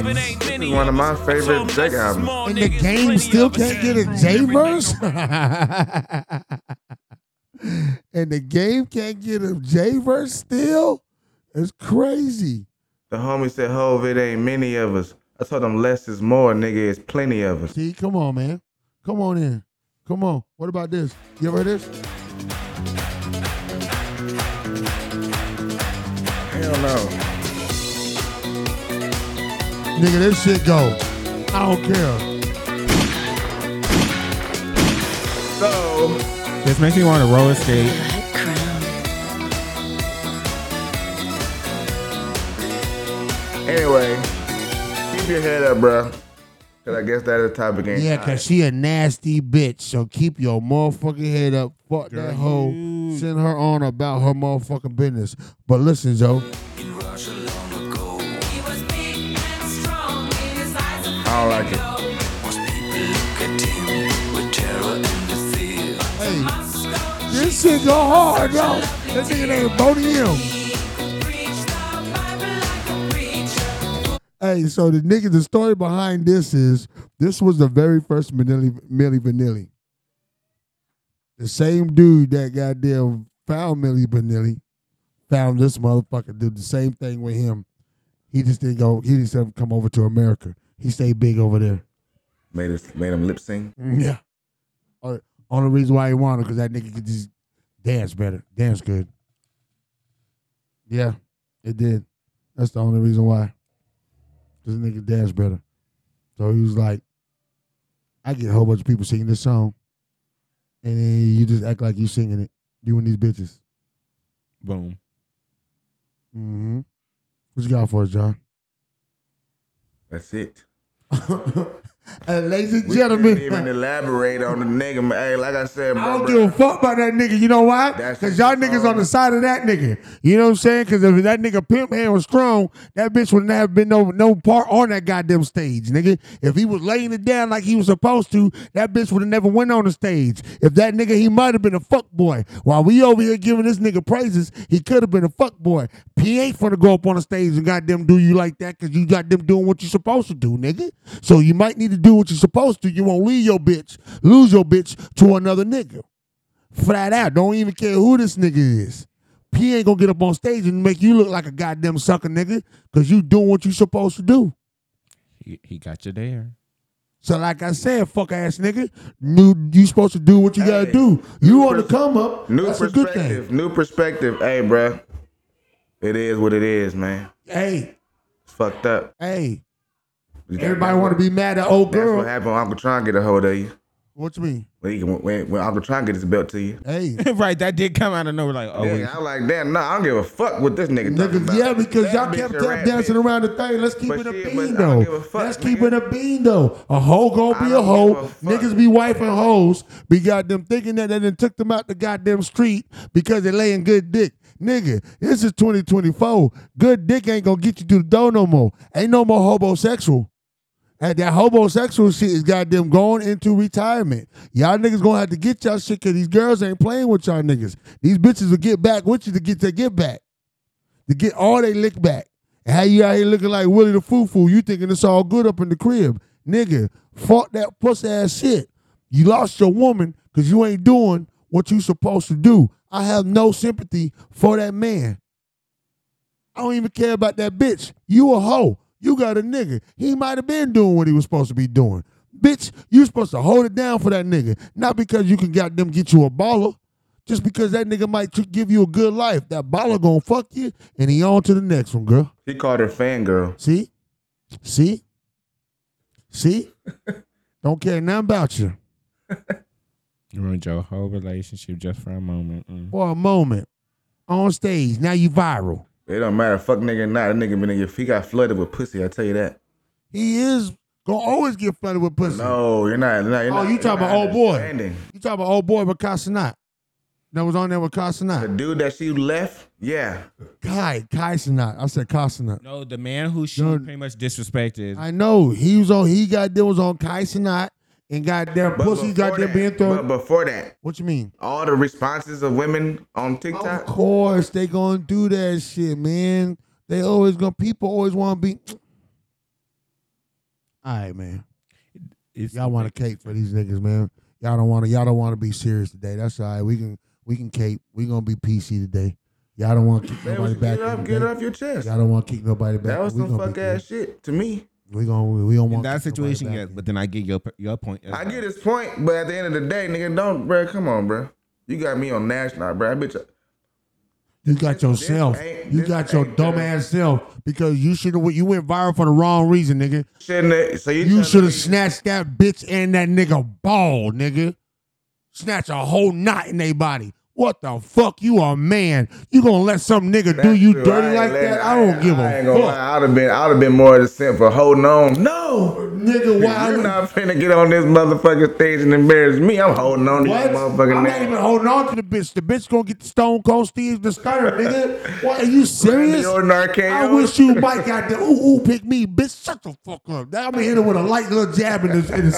what? This is one of my favorite Drake albums. And the game still can't get a J verse? and the game can't get a J verse still? It's crazy. The homie said, Hove, it ain't many of us. I told him less is more, nigga, it's plenty of us. See, come on, man. Come on in. Come on. What about this? You ever heard this? Hell no. Nigga, this shit go. I don't care. So This makes me want to roller skate. anyway, keep your head up, bro. Cause I guess that is topic ain't. Yeah, cause she a nasty bitch. So keep your motherfucking head up. Fuck that hoe. Send her on about her motherfucking business. But listen, Joe. I don't like it. Hey, this shit go hard, yo. This nigga named Boney M. Hey, so the nigga, the story behind this is this was the very first Manili, Milli Vanilli. The same dude that goddamn found Milli Vanilli found this motherfucker. Did the same thing with him. He just didn't go. He just didn't come over to America. He stayed big over there. Made us made him lip sync. Mm, Yeah. Or- Only reason why he wanted because that nigga could just dance better, dance good. Yeah, it did. That's the only reason why. This nigga dance better. So he was like, I get a whole bunch of people singing this song, and then you just act like you singing it. You and these bitches. Boom. Mm-hmm. What you got for us, John? That's it. And ladies and We gentlemen, didn't even elaborate on the nigga. man. Hey, like I said, bro, I don't give a fuck about that nigga. You know why? Because y'all niggas on the side of that nigga. You know what I'm saying? Because if that nigga pimp hand was strong, that bitch would not have been no no part on that goddamn stage, nigga. If he was laying it down like he was supposed to, that bitch would have never went on the stage. If that nigga, he might have been a fuck boy. While we over here giving this nigga praises, he could have been a fuck boy. P ain't finna go up on the stage and goddamn do you like that because you got them doing what you supposed to do, nigga. So you might need to do what you're supposed to. You won't leave your bitch, lose your bitch to another nigga flat out. Don't even care who this nigga is. P ain't gonna get up on stage and make you look like a goddamn sucker nigga because you doing what you supposed to do. He, he got you there. So like I said, fuck ass nigga, you, you supposed to do what you gotta do. You on the come up, New that's a good thing. perspective. New perspective. Hey, bro. It is what it is, man. Hey. It's fucked up. Hey. Everybody wanna be mad at old That's what girl. happened when Uncle Tron get a hold of you. What you mean? When, he, when, when Uncle Tron get his belt to you. Hey. right, that did come out of nowhere. Like, oh, Nigga, I'm like, damn, no, I don't give a fuck what this nigga talking about. Yeah, That because y'all bitch kept a tap rat dancing bitch. around the thing. Let's keep But it a shit, but bean I don't though. give a fuck, Let's keep it a bean though. A hoe gonna be a hoe. Niggas be wiping hoes. Be goddamn thinking that they done took them out the goddamn street because they laying good dick. Nigga, this is 2024. Good dick ain't gonna get you to the door no more. Ain't no more hobosexual. And that homosexual shit is goddamn going into retirement. Y'all niggas gonna have to get y'all shit cause these girls ain't playing with y'all niggas. These bitches will get back with you to get their get back. To get all they lick back. And how you out here looking like Willie the Foo Foo, you thinking it's all good up in the crib. Nigga, fuck that pussy ass shit. You lost your woman cause you ain't doing what you supposed to do. I have no sympathy for that man. I don't even care about that bitch. You a hoe. You got a nigga. He might have been doing what he was supposed to be doing. Bitch, you supposed to hold it down for that nigga. Not because you can goddamn get you a baller. Just because that nigga might tr- give you a good life. That baller gonna fuck you and he on to the next one, girl. He called her fangirl. See? See? See? Don't care nothing about you. Ruined your whole relationship just for a moment. Mm. For a moment. On stage. Now you viral. It don't matter, fuck nigga or not. That nigga been in your he got flooded with pussy. I tell you that. He is gonna always get flooded with pussy. No, you're not. You're not you're oh, not- you you're talking about not old boy. understanding. You talking about old boy with Casanat. That was on there with Casanat. The dude that she left. Yeah, Kai, Kai Sinat. I said Kasanat. No, the man who she pretty much disrespected. I know. He was on he got there was on Kai Sinat and got their pussy got there being but thrown. before that, what you mean? all the responses of women on Of TikTok. course they gonna do that shit, man. They always gonna people always wanna be All right, man. y'all want to cape for these niggas, man. Y'all don't want to. Y'all don't want to be serious today. That's all right. We can we can cape. We gonna be PC today. Y'all don't want to kick Man, nobody get back. it off, today. get it off your chest. Y'all don't want to kick nobody back. That was We some gonna fuck be- ass shit to me. We gonna we don't in want that to kick nobody situation, back. yes, but then I get your your point. I get his point, but at the end of the day, nigga, don't, bruh, Come on, bruh. You got me on national, bruh. That Bitch, You got yourself. ain't- You this got your ain't dumb good. ass self because you should have you went viral for the wrong reason, nigga. shouldn't it? So you, You telling should me- have snatched that bitch and that nigga ball, nigga. Snatch a whole knot in their body. What the fuck? You a man. You gonna let some nigga do That's you true. dirty ain't like letting- that? I don't give I ain't a gonna fuck. lie. I'd have been, I'd have been more of the simp for holding on. No, nigga, why You're would- not finna get on this motherfucking stage and embarrass me. I'm holding on to What? your motherfucking I'm not name. even holding on to the bitch. The bitch gonna get the Stone Cold Steve the starter, nigga. What are you serious? Orton RKO. I wish you might got the ooh ooh pick me, bitch. Shut the fuck up. Now I'm gonna hit her with a light little jab in the, in the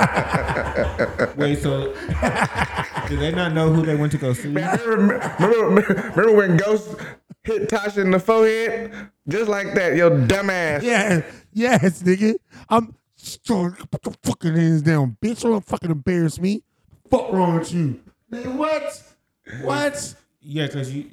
side. Wait, so do they not know who they went to go see? remember, remember, remember when Ghost hit Tasha in the forehead? Just like that, yo dumbass. yeah, yes, nigga. I'm strong. Put the fucking hands down, bitch. Don't fucking embarrass me. Fuck wrong with you? Nigga, what? What? Yeah, cause you.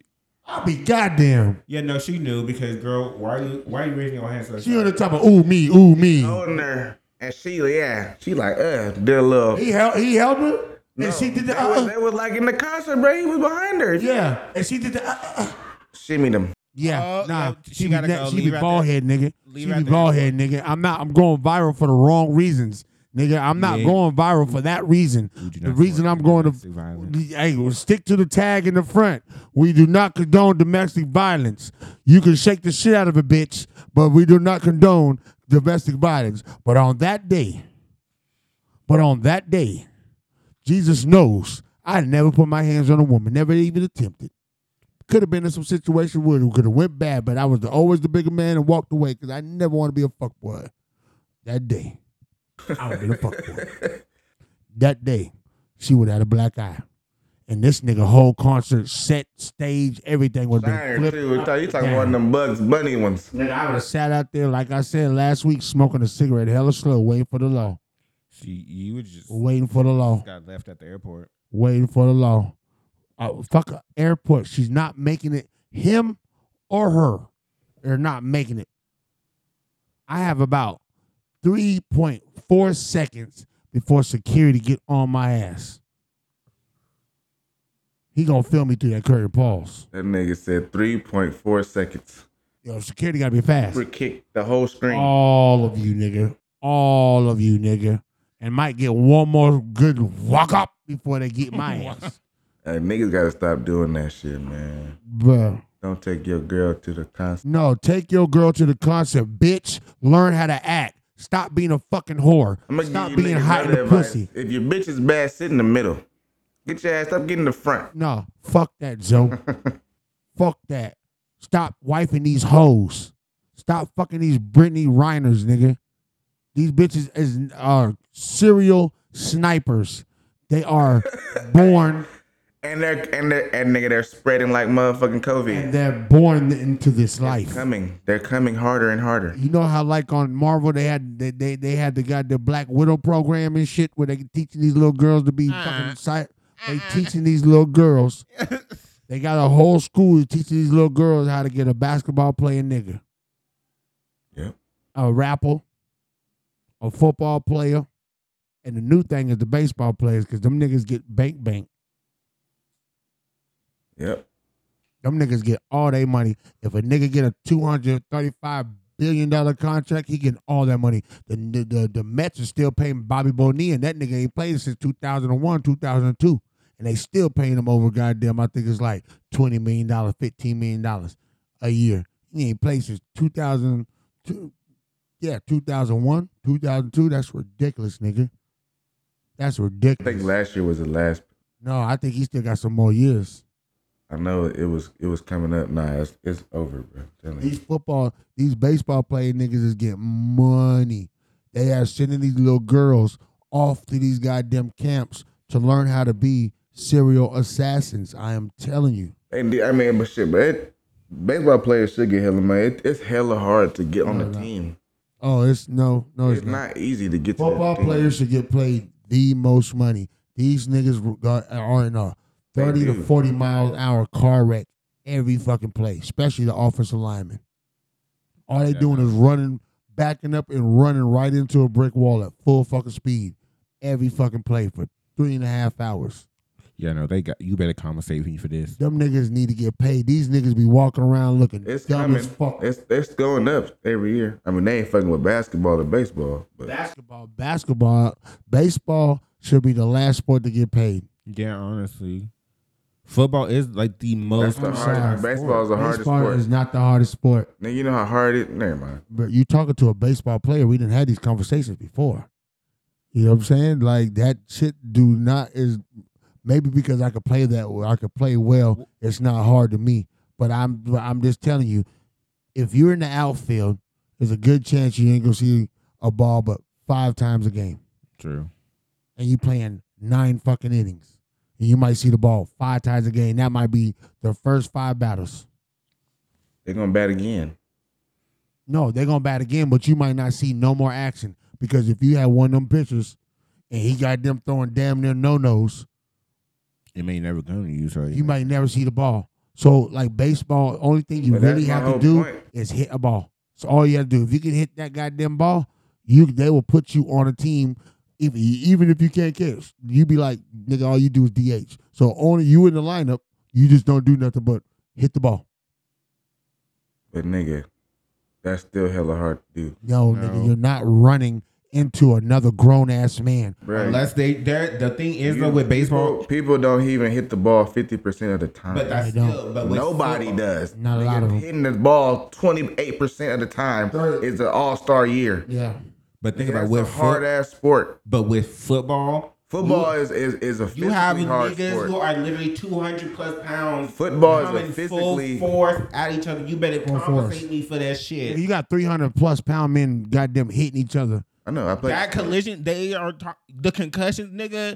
I'll be goddamn. Yeah, no, she knew because girl, why are you why are you raising your hands? Like She on the top of ooh me, ooh me. Holding her, and she, yeah, she like, uh, did a little. He held he held her, and No, she did the that, uh, was, uh, that was like in the concert, bro. He was behind her. yeah, and she did the uh, uh, uh. Shimmy them. yeah. nah, Uh, she she, be, gotta ne- go. she Leave be her out bald there. head, nigga. Leave she her be out there. bald head, nigga. I'm not. I'm going viral for the wrong reasons, nigga. I'm not Yeah. going viral for that reason. The reason I'm going to Hey, well, stick to the tag in the front. We do not condone domestic violence. You can shake the shit out of a bitch, but we do not condone domestic violence. But on that day, but on that day, Jesus knows I never put my hands on a woman, never even attempted. Could have been in some situation where it could have went bad, but I was the, always the bigger man and walked away because I never want to be a fuckboy. That day, I would have been a fuckboy. That day, she would have had a black eye. And this nigga whole concert, set, stage, everything would have been Iron flipped. too. You talking about down. one of them Bugs Bunny ones? Nigga, I would have sat out there, like I said last week, smoking a cigarette hella slow, waiting for the law. She, you would just Waiting for the law. got left at the airport. waiting for the law. Uh, fuck a airport. She's not making it. Him or her, they're not making it. I have about three point four seconds before security get on my ass. He gonna film me through that curtain pause. That nigga said 3.4 seconds. Yo, security gotta be fast. Super kick the whole screen. Oh. All of you, nigga. All of you, nigga. And might get one more good walk up before they get my ass. Uh, niggas gotta stop doing that shit, man. Bruh. Don't take your girl to the concert. No, take your girl to the concert, bitch. Learn how to act. Stop being a fucking whore. I'ma give Stop you being niggas hot in other the advice. pussy. If your bitch is bad, sit in the middle. Get your ass up, get in the front. No, fuck that, Joe. fuck that. Stop wifing these hoes. Stop fucking these Brittany Reiners, nigga. These bitches is are serial snipers. They are born. And they're and they're and nigga, they're spreading like motherfucking COVID. They're born into this life. Coming. They're coming harder and harder. You know how like on Marvel they had they they, they had the got the Black Widow program and shit where they teaching these little girls to be fucking sci- they teaching these little girls. They got a whole school teaching these little girls how to get a basketball playing nigga. a rapper, a football player, and the new thing is the baseball players because them niggas get bank bank. Yep. Them niggas get all their money. If a nigga get a two hundred thirty five billion dollar contract, he getting all that money. The the the, the Mets are still paying Bobby Bonilla, and that nigga ain't played since two thousand and one, two thousand and two, and they still paying him over. Goddamn, I think it's like twenty million dollars, fifteen million dollars a year. He ain't played since two thousand two. Yeah, 2001, 2002. That's ridiculous, nigga. That's I ridiculous. think last year was the last. No, I think he still got some more years. I know it was it was coming up. Nah, it's, it's over, bro. I'm telling you. These football, these baseball playing niggas is getting money. They are sending these little girls off to these goddamn camps to learn how to be serial assassins. I am telling you. And the- I mean, but shit, but it, baseball players should get hella money. It, it's hella hard to get on the team. Oh, it's no, no, it's, It's not easy to get to Football that team. players should get paid the most money. These niggas got- are in a They thirty to do. forty mile an hour car wreck every fucking play, especially the offensive linemen. All they doing is running, backing up, and running right into a brick wall at full fucking speed every fucking play for three and a half hours. Yeah, no, they got you better compensate me for this. Them niggas need to get paid. These niggas be walking around looking It's dumb coming. as fuck. It's it's going up every year. I mean, they ain't fucking with basketball or baseball, but Basketball, basketball, baseball should be the last sport to get paid. Yeah, honestly, football is like the most. the hardest- sorry. baseball is the hardest Baseball sport. is not the hardest sport. Now you know how hard it. Never mind. but you talking to a baseball player. We didn't have these conversations before. You know what I'm saying? Like that shit do not is maybe because I could play that way. I could play well. It's not hard to me. But I'm but I'm just telling you, if you're in the outfield, there's a good chance you ain't gonna see a ball but five times a game. True. And you playing nine fucking innings. And you might see the ball five times a game. That might be the first five battles. They're gonna bat again. No, they're gonna bat again, but you might not see no more action because if you had one of them pitchers and he got them throwing damn near no nos, It may never go to you, so you might never see the ball. So like baseball, only thing you But that's really my have to whole do point. is hit a ball. So all you have to do, if you can hit that goddamn ball, you they will put you on a team. If even if you can't catch, you be like nigga, all you do is DH. So only you in the lineup, you just don't do nothing but hit the ball. But nigga, that's still hella hard to do. No, nigga, you're not running into another grown ass man. Unless they, they're- the thing is though You- with baseball, people, people don't even hit the ball fifty percent of the time. But that's They don't. still- but with nobody football- does. Not a Nigga, lot of 'em. hitting the ball twenty eight percent of the time is an all star year. Yeah, but think Nigga, about that's with a hard ass sport. But with football, Football you- is is is a You physically have hard niggas sport. who are literally 200 plus pounds. Football is a coming physically- full force at each other. You better compensate force. me for that shit. You got 300 plus pound men goddamn hitting each other. I know. I play. that collision, they are talk- the concussions, nigga.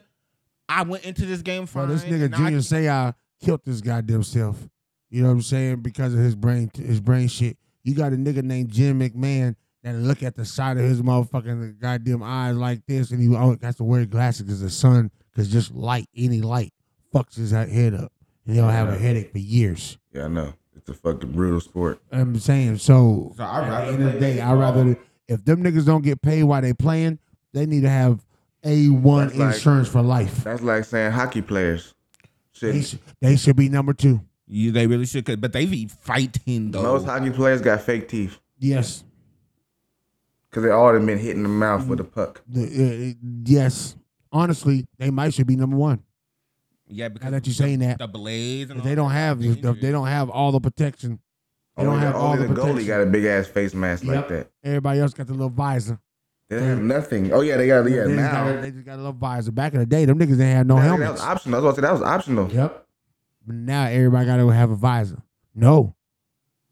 I went into this game Bro, fine. this nigga and I- Junior Seau killed this goddamn self. You know what I'm saying? Because of his brain, his brain shit. You got a nigga named Jim McMahon that look at the side of his motherfucking goddamn eyes like this, and he always has to wear glasses because the sun, because just light, any light, fucks his head up, and he'll have a headache for years. Yeah, I know. It's a fucking brutal sport. I'm saying so. So I'd at rather the end of the play day, I rather if them niggas don't get paid while they playing, they need to have a one That's like- insurance for life. That's like saying hockey players. They, Shit. sh- they should be number two. you, they really should. 'cause- But they be fighting though. Most hockey players got fake teeth Yes, because they all have been hitting the mouth with a puck. The- uh, yes. Honestly, they might should be number one. yeah, because that you saying that. the blades and If they don't have if they don't have all the protection. They only don't the, have all only the the goalie protection. got a big ass face mask like Yep. that. Everybody else got the little visor. They don't have nothing. Oh yeah, they got yeah they, just now. got a, they just got a little visor. Back in the day, them niggas didn't have no That- that helmets. was optional. I was about to say that was optional. Yep. But now everybody got to have a visor. No,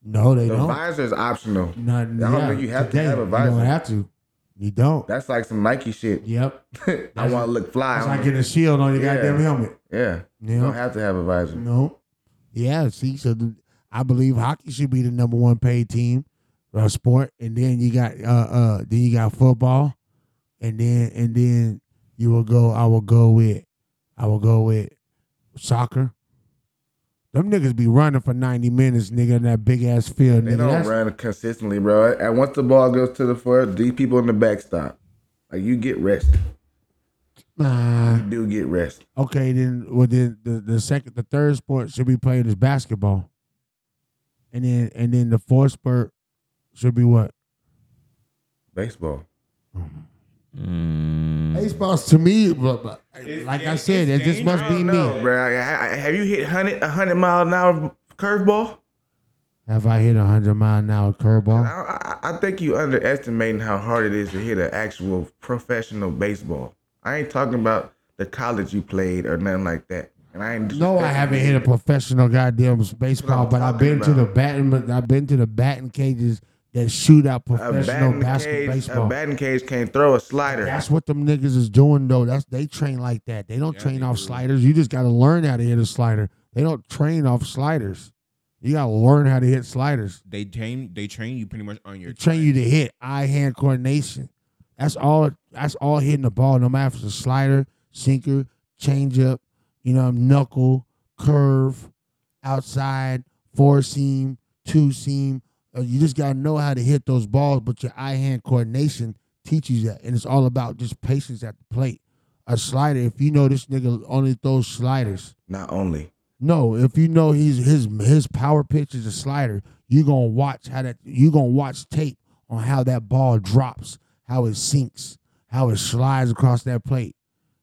no, they the don't. visor is optional. Not- I don't yeah, think you have today, to have a you visor. don't have to. You don't. That's like some Nike shit. Yep. I That's- want to look fly. It's I'm like getting a shield on your Yeah. goddamn helmet. Yeah. Yeah. You don't have to have a visor. No. Yeah, see, so th- I believe hockey should be the number one paid team uh, sport, and then you got uh uh then you got football, and then and then you will go. I will go with, I will go with soccer, Them niggas be running for 90 minutes, nigga, in that big ass field, They nigga. don't That's- run consistently, bro. And once the ball goes to the floor, these people in the back stop. Like you get rested. Nah. You do get rest. Okay, then well then the, the second the third sport should be played is basketball. And then and then the fourth sport should be what? Baseball. Baseball to me, but, but, like I said, it just must be me. bro. I- I- I- have you hit 100, 100 mile an hour curveball? Have I hit a hundred mile an hour curveball? I, I think you underestimating how hard it is to hit an actual professional baseball. I ain't talking about the college you played or nothing like that. And I ain't No, I haven't hit a professional goddamn baseball, but I've been to the batting. I've been to the batting cages that shoot out a professional batting basketball. cage. baseball. A batting cage can't throw a slider. That's what them niggas is doing though. That's they train like that. They don't train off sliders. You just gotta learn how to hit a slider. They don't train off sliders. You gotta learn how to hit sliders. They train. They train you pretty much on your. They train you to hit eye hand coordination. That's all that's all hitting the ball, no matter if it's a slider, sinker, change up, you know, knuckle, curve, outside, four seam, two seam. Uh, You just gotta know how to hit those balls, but your eye hand coordination teaches that. And it's all about just patience at the plate. A slider, if you know this nigga only throws sliders. Not only. No, if you know he's his his power pitch is a slider, you're gonna watch how that you're gonna watch tape on how that ball drops, how it sinks, how it slides across that plate,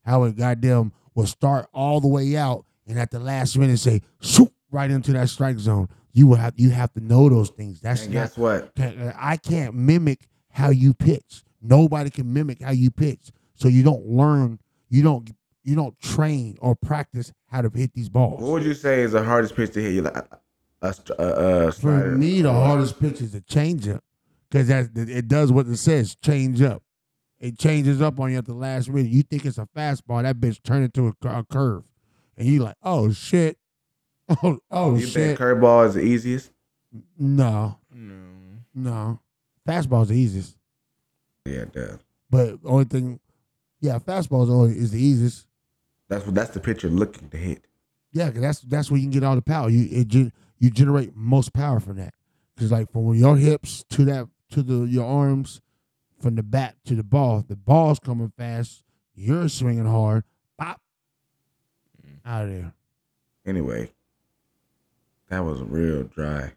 how it goddamn will start all the way out and at the last minute say shoot right into that strike zone. You will have you have to know those things. That's And guess what? Can't- I can't mimic how you pitch. Nobody can mimic how you pitch. So you don't learn, you don't you don't train or practice how to hit these balls. What would you say is the hardest pitch to hit? You like a, a, a For slider. me, the hardest pitch is a change up because that's it does what it says change up. It changes up on you at the last minute. You think it's a fastball, that bitch turned into a, cur- a curve, and you like, oh shit, oh oh you shit, think curveball is the easiest? no, no, no, fastball's the easiest. Yeah, it does. But only thing, yeah, fastball's only is the easiest. That's what. That's the pitch you're looking to hit. Yeah, 'cause that's that's where you can get all the power. You it, gen- you generate most power from that. Cause like from your hips to that to the your arms, from the bat to the ball. The ball's coming fast. You're swinging hard. Pop out of there. Anyway, that was real dry.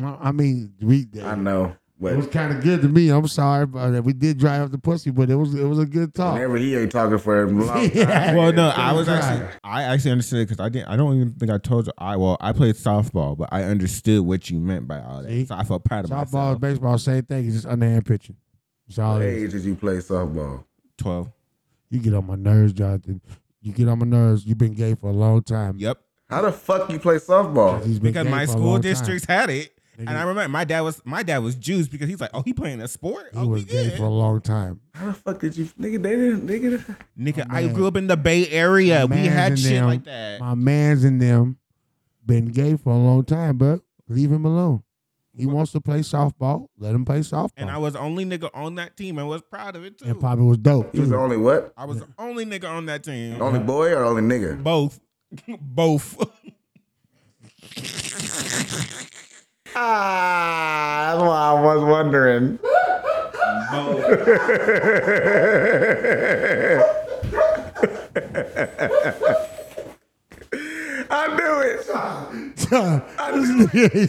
I I mean, we. I know. But It was kind of good to me. I'm sorry about that. We did dry up the pussy, but it was it was a good talk. Whenever he ain't talking for a long time. Well, no, I was Right. actually, I actually understood because I didn't. I don't even think I told you. I well, I played softball, but I understood what you meant by all that. So I felt proud of myself. Softball, baseball, same thing. It's just underhand pitching. That's all What it is. age did you play softball? Twelve. You get on my nerves, Jonathan. You get on my nerves. You've been gay for a long time. Yep. How the fuck you play softball? He's been because gay my for a school long districts time. had it. And I remember my dad was my dad was Jews because he's like, oh, he playing a sport. He was gay for a long time. How the fuck did you, nigga? They didn't, nigga. Nigga, I grew up in the Bay Area. We Man's had and shit them- like that. My man's and them been gay for a long time, but leave him alone. He wants to play softball. Let him play softball. And I was the only nigga on that team and was proud of it too. And Poppy was dope. You was too. the only what? I was the only nigga on that team. Only boy or only nigga? Both. Both. Ah, that's why I was wondering. I knew it. I knew it. ain't You're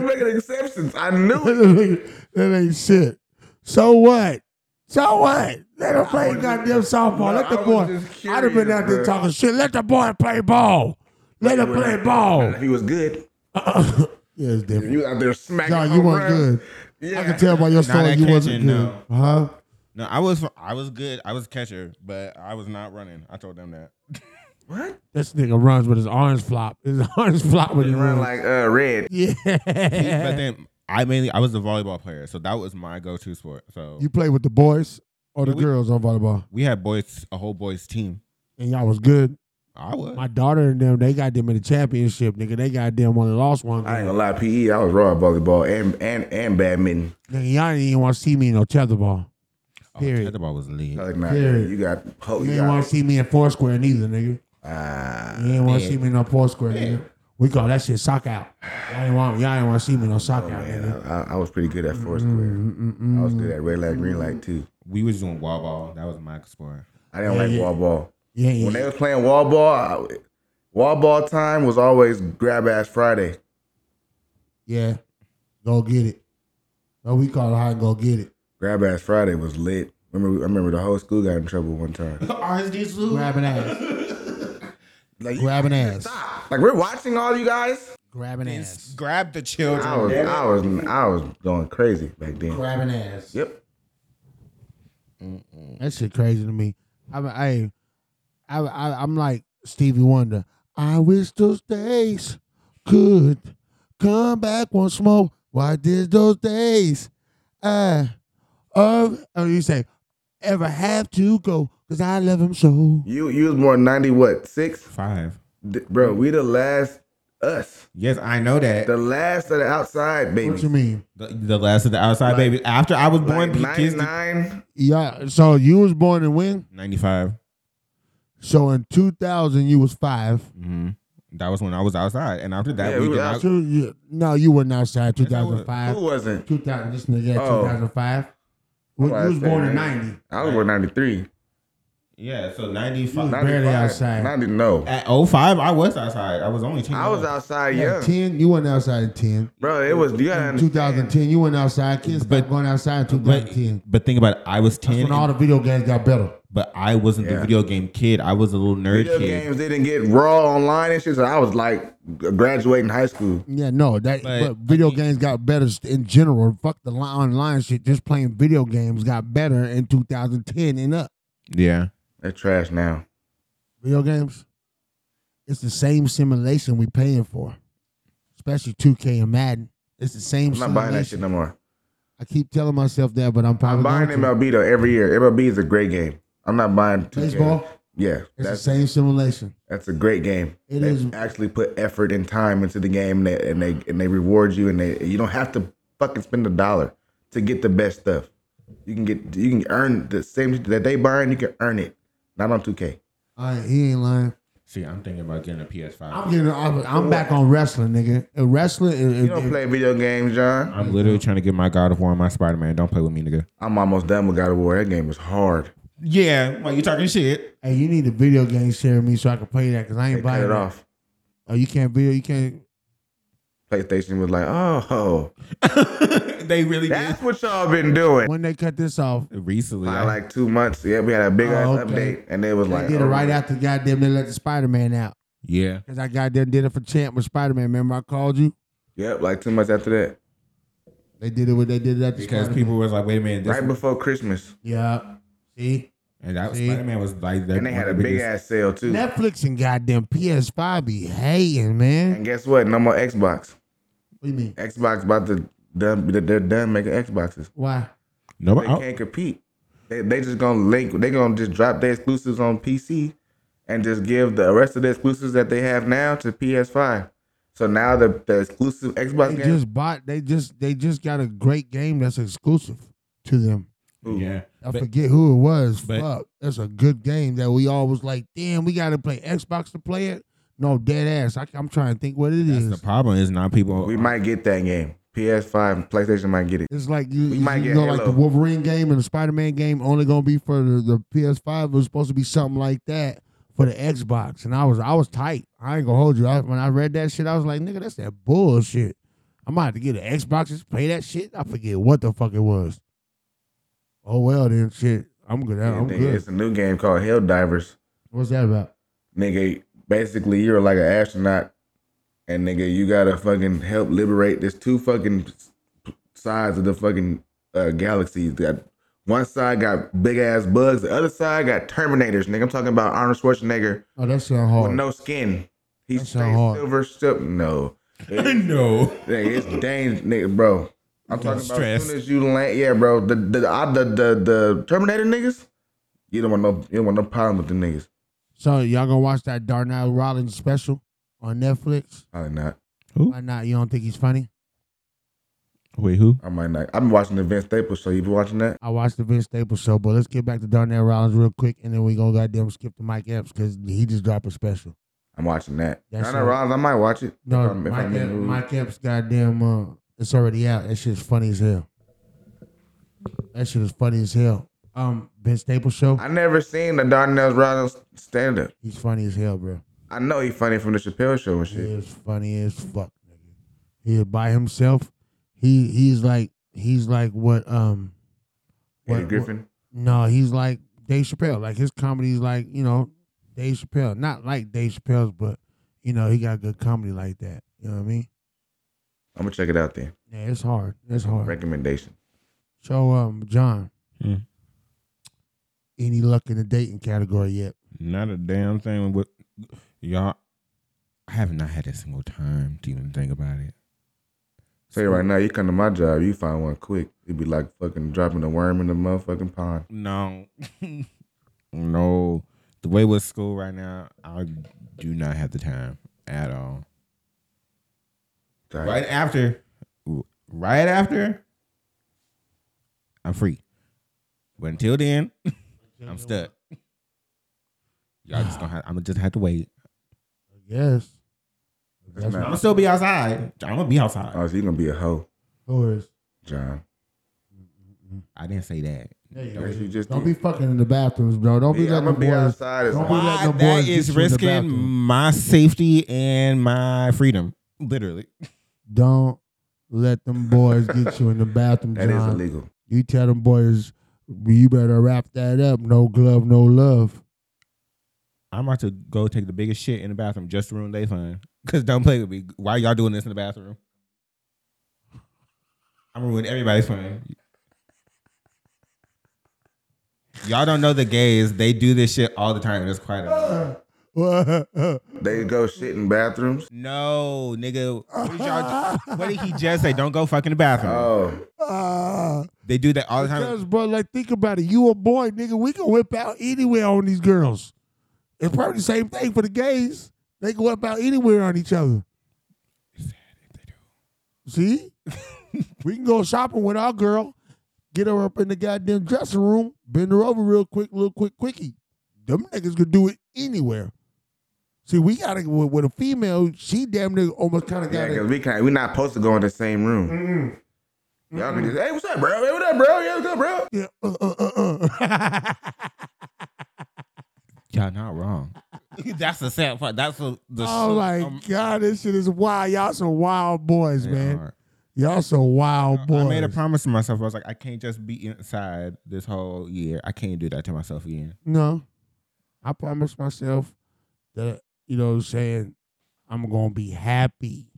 shit. making exceptions. I knew it. that ain't shit. So what? So what? Let him play goddamn softball. Let the I was boy. just I'd have been curious, out there bruh. talking shit. Let the boy play ball. Let him play ball. He was good. Yeah, it's different. You out there smacking. No, you home weren't runs. good. Yeah. I can tell by your Not story that you wasn't catching, good. no. Huh? No, I was I was good. I was catcher, but I was not running. I told them that. This nigga runs with his arms flop. His arms flop when he Run runs. like uh, red. yeah. but then I mainly I was a volleyball player, so that was my go-to sport. So you play with the boys or the Yeah, we- girls on volleyball, we had boys, a whole boys team. and y'all was good. I was. My daughter and them, they got them in the championship, nigga. They got them only lost one. I ain't Game. gonna lie, PE. I was raw at volleyball and and and badminton. Nigga, y'all didn't even want to see me in no tetherball. Oh, Period. tetherball was lit. Like, nah, Period. you got oh, you you didn't want got to see me in foursquare neither, nigga. ah, You didn't want to see me in no foursquare, nigga. We call that shit sock out. Y'all ain't want, y'all ain't want to see me no sock out. nigga. I, I was pretty good at four square. I Oh, was good at red light, green light too. We was doing wall ball. That was my sport. I didn't Yeah, like yeah. wall ball. Yeah, yeah, When they was playing wall ball, I, wall ball time was always grab ass Friday. Yeah, go get it. No, we call it high go get it. Grab ass Friday was lit. Remember, I remember the whole school got in trouble one time. RSD Zoo. Grabbing ass. Like, Grabbing ass. Like we're watching all you guys. Grabbing ass. Grab the children. I was, I was, I was going crazy back then. Grabbing ass. Yep. That shit crazy to me. I, mean, I, I, I I'm like Stevie Wonder. I wish those days could come back once more. Why did those days uh of or you say ever have to go? Cause I love him so. You, you was born ninety what six five, bro. We the last us. Yes, I know that. The last of the outside baby. What you mean? The, the last of the outside Like- baby. After I was born, Like kids- 99? Yeah. So you was born in when? 95. So in 2000 you was 5 Mhm. That was when I was outside, and after that, Yeah, we we did were not. Two- you- no, you weren't outside. 2005. Who wasn't? 2000. This nigga at Oh. 2005. We, I we was born in say, 90. I was born ninety three. Yeah, so You was 95. barely outside. I didn't know. At 05, I was outside. I was only 10. I was outside Yeah, young, 10. You weren't outside in 10. bro. It was you In got 2010, you went outside. Kids stopped going outside in 2010. But think about it. I was 10, That's when all the video games got better. but I wasn't the Yeah. video game kid. I was a little nerd video kid. games didn't get raw online and shit. So I was like graduating high school. Yeah, no, that but, video games got better st- in general. Fuck the li- online shit. Just playing video games got better in 2010 and up. Yeah, they're trash now. Video games, it's the same simulation we paying for, especially 2K and Madden. It's the same. I'm not buying that simulation. shit no more. I keep telling myself that, but I'm probably I'm buying going to. MLB though every year. MLB is a great game. I'm not buying 2K. Baseball? Yeah, It's the that's same simulation. that's a great game. It they is- actually put effort and time into the game, and they, and they and they reward you, and they you don't have to fucking spend a dollar to get the best stuff. You can get you can earn the same shit that they buying. You can earn it, not on 2K. All right, he ain't lying. See, I'm thinking about getting a PS5. I'm getting. I'm, I'm back on wrestling, nigga. Uh, Wrestling. It, You don't play video games, John. I'm literally trying to get my God of War and my Spider Man. Don't play with me, nigga. I'm almost done with God of War. That game is hard. Yeah, well, you talking shit. Hey, you need a video game share with me so I can play that because I ain't They buying cut it off. Oh, you can't video. You can't. PlayStation was like, oh, they really that's what y'all been doing. When they cut this off, Recently, By like two months, yeah, we had a big Oh, ass okay. update, and it was they like, did it oh, right after goddamn they let the Spider Man out yeah, because I goddamn did it for Champ with Spider Man. Remember I called you? Yep, like two months after that, They did it. What they did it after because Spider-Man. people was like, "Wait a minute," this right before Christmas, Yeah. See, and that See? Spider Man was like, that and they one had a of the big biggest- ass sale too. Netflix and goddamn PS Five be hating, man. And guess what? No more Xbox. What do you mean? Xbox about to done. They're done making Xboxes. Why? They Nobody, can't compete. They, they just gonna link. They gonna just drop their exclusives on PC, and just give the rest of the exclusives that they have now to PS5. So now the, the exclusive Xbox They games. just bought. They just they just got a great game that's exclusive to them. yeah, I but, forget who it was. but- Fuck, that's a good game that we all was like, damn, we gotta play Xbox to play it. No, dead ass. I, am trying to think what it that's is. the problem is now people. we might get that game. PS5 and PlayStation might get it. it's like you, We might get you know, like the Halo. Wolverine game and the Spider Man game only gonna be for the, the PS5. It was supposed to be something like that for the Xbox, and I was I was tight. I ain't gonna hold you. I, when I read that shit, I was like, nigga, that's that bullshit. I'm about to get an Xbox just play that shit. I forget what the fuck it was. Oh well, then shit. I'm good. I'm Nigga, good. It's a new game called Hell Divers. What's that about? Nigga, basically you're like an astronaut, and nigga, you gotta fucking help liberate. There's two fucking sides of the fucking uh, galaxy. That one side got big ass bugs, the other side got Terminators. Nigga, I'm talking about Arnold Schwarzenegger Oh, that sound hard. with no skin. He's That sound hard. silver strip. No, It- no, Nigga, it's dangerous, nigga, bro. I'm talking about stressed. as soon as you land, yeah, bro. The the I, the, the the Terminator niggas, you don't want no you don't want no problem with them niggas. So y'all gonna watch that Darnell Rollins special on Netflix? Probably not. Why not? You don't think he's funny? wait, who? I might not. I've been watching the Vince Staples show. You been watching that? I watched the Vince Staples show, but let's get back to Darnell Rollins real quick, and then we gonna goddamn skip to Mike Epps because he just dropped a special. I'm watching that. That's That's China it. Rollins, I might watch it. No, if I'm- if Mike, I'm in Ep- the mood. Mike Epps, goddamn, uh, it's already out. That shit's funny as hell. That shit is funny as hell. Um, Ben Staples show. I never seen the Darnell Rollins stand up. He's funny as hell, bro. I know he's funny from the Chappelle show and shit. He is funny as fuck, nigga. He is by himself. He he's like he's like what um Eddie Griffin? no, he's like Dave Chappelle. Like his comedy's like, you know, Dave Chappelle. Not like Dave Chappelle's, but you know, he got good comedy like that. You know what I mean? I'm gonna check it out then. Yeah, it's hard. It's hard. Recommendation. So um John. Hmm. Any luck in the dating category yet? Not a damn thing. But y'all, I have not had a single time to even think about it. Tell you right now, you come to my job, you find one quick. It'd be like fucking dropping a worm in the motherfucking pond. No. no. The way with school right now, I do not have the time at all. Right. Right after. Right after. I'm free. But until then, I'm stuck. Y'all just gonna have, I'm gonna just have to wait. Yes. I'm gonna still be outside. I'm gonna be outside. Oh, so you gonna be a hoe, Who is? John? I didn't say that. Yes, you just Don't did. be fucking in the bathrooms, bro. Don't be Yeah, letting I'ma be the boys. outside as don't be long- letting the I- that boys get is you in the risking bathroom. my safety and my freedom. Literally. Don't let them boys get you in the bathroom, That is John. illegal. You tell them boys, you better wrap that up. No glove, no love. I'm about to go take the biggest shit in the bathroom just to ruin they fun. Cause don't play with me. Why y'all doing this in the bathroom? I'm ruining everybody's fun. Y'all don't know the gays. They do this shit all the time. It's quite. A- They go shit in bathrooms. no, nigga. What did, y'all- what did he just say? Don't go fuck in the bathroom. Oh, Ah, They do that all the time. because, bro, like, think about it. You a boy, nigga. We can whip out anywhere on these girls. It's probably the same thing for the gays. They can whip out anywhere on each other. See? we can go shopping with our girl, get her up in the goddamn dressing room, bend her over real quick, little quick quickie. Them niggas could do it anywhere. See, we gotta with, with a female, she damn near almost kind of yeah, got because it. we can't. We're not supposed to go in the same room. Y'all can just, hey, what's up, bro? Hey, what's up, bro? Yeah, what's up, bro? Yeah, uh, uh, uh, uh. Y'all not wrong. That's the sad part. That's the. the um, oh my god, this shit is wild. Y'all some wild boys, They man. are. Y'all some wild boys. I made a promise to myself. I was like, I can't just be inside this whole year. I can't do that to myself again. No. I promised myself that, you know what I'm saying, I'm going to be happy.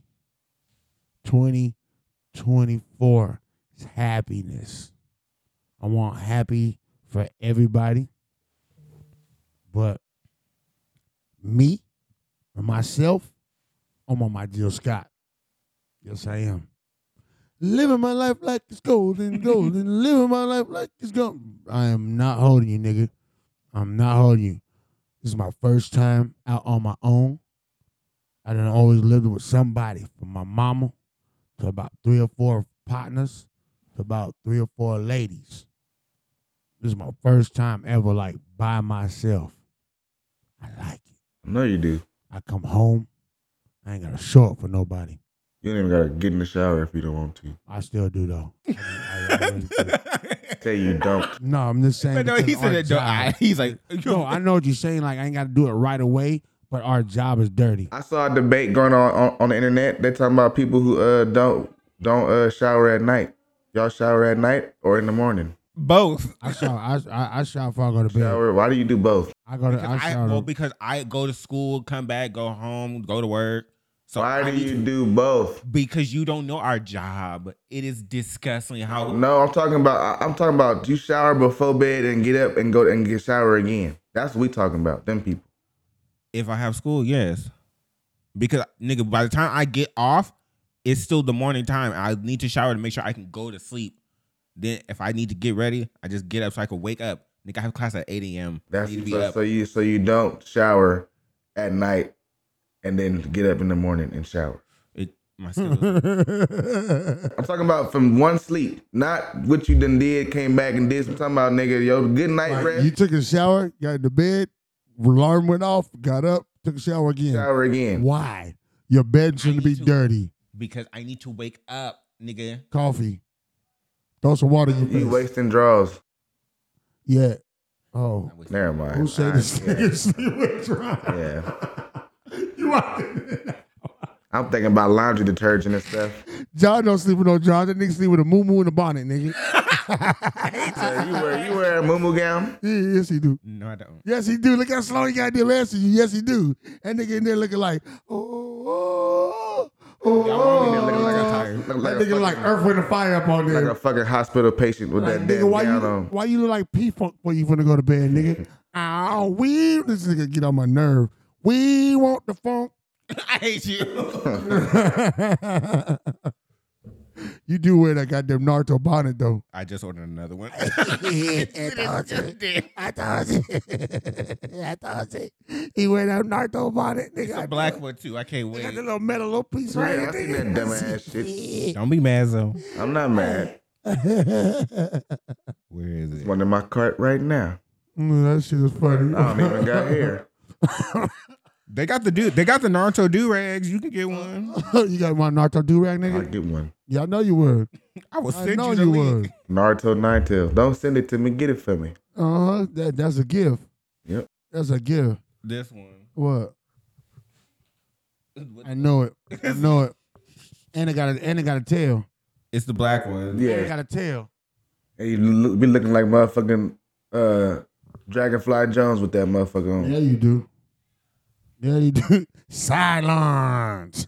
2024 is happiness. I want happy for everybody. But me and myself, I'm on my Jill Scott. Yes, I am. Living my life like it's golden, golden. Living my life like it's golden. I am not holding you, nigga. I'm not holding you. This is my first time out on my own. I done always lived with somebody, from my mama to about three or four partners to about three or four ladies. This is my first time ever, like, by myself. I know you do. I come home. I ain't got to show up for nobody. You don't even gotta get in the shower if you don't want to. I still do, though. Say you don't. No, I'm just saying. But no, because he said our that, don't I? He's like, no, I know what you're saying. Like, I ain't got to do it right away, but our job is dirty. I saw a debate going on, on on the internet. They're talking about people who uh don't don't uh shower at night. Y'all shower at night or in the morning? Both. I shower. I, I, I shower before I go to bed. Shower. Why do you do both? I go to. I Because I, shower. well, because I go to school, come back, go home, go to work. So Why I do need you to- do both? Because you don't know our job. It is disgusting how No, I'm talking about I- I'm talking about you shower before bed and get up and go and get shower again. That's what we talking about. Them people. if I have school, yes. Because nigga, by the time I get off, it's still the morning time. I need to shower to make sure I can go to sleep. Then if I need to get ready, I just get up so I can wake up. Nigga, I have class at 8 a.m. I That's need to be so, up. so you so you don't shower at night and then get up in the morning and shower. It, my schedule's- I'm talking about from one sleep, not what you done did, came back and did. I'm talking about nigga, yo, good night, Like, rest. you took a shower, got in the bed, alarm went off, got up, took a shower again. Shower again. Why? Your bed shouldn't be dirty. because I need to wake up, nigga. Coffee. Throw some water in your face. You wasting draws. Yeah. Oh. Never mind. Who said I- this yeah. nigga sleep with dry? Yeah. You out I'm thinking about laundry detergent and stuff. John don't sleep with no John. That nigga sleep with a moo moo and a bonnet, nigga. So you wear you wear a muumuu gown? Yeah, yes, he do. No, I don't. Yes, he do. Look how slow he got there last year. Yes, he do. That nigga in there looking like, oh, oh, oh. like that nigga like Earth with a fire up on Like there. a fucking hospital patient with that nigga, damn why gown you on. why you look like P Funk when you finna go to bed, nigga? Oh, we this nigga get on my nerve. We want the funk. I hate you. you do wear that goddamn Naruto bonnet though. I just ordered another one. I thought I thought it. He wear that Naruto bonnet, It's nigga. a black one too. I can't Got wait. the little metal little piece Yeah, right I seen that dumbass shit. Don't be mad, though. I'm not mad. Where is it? It's one in my cart right now. Mm, that shit is funny. I don't even got hair. They got the dude. They got the Naruto do rags. You can get one. you got my Naruto do rag, I nigga? get one. Y'all know you would. I will I send know you the you link. would. Naruto Nine Tails. Don't send it to me. Get it for me. Uh huh. That, that's a gift. Yep. That's a gift. This one. What? I know it. I know it. And it got a and it got a tail. It's the black one. And it Yeah. got a tail. And you lo- be looking like motherfucking uh, Dragonfly Jones with that motherfucker on. Yeah, you do. Yeah, you do. Silence.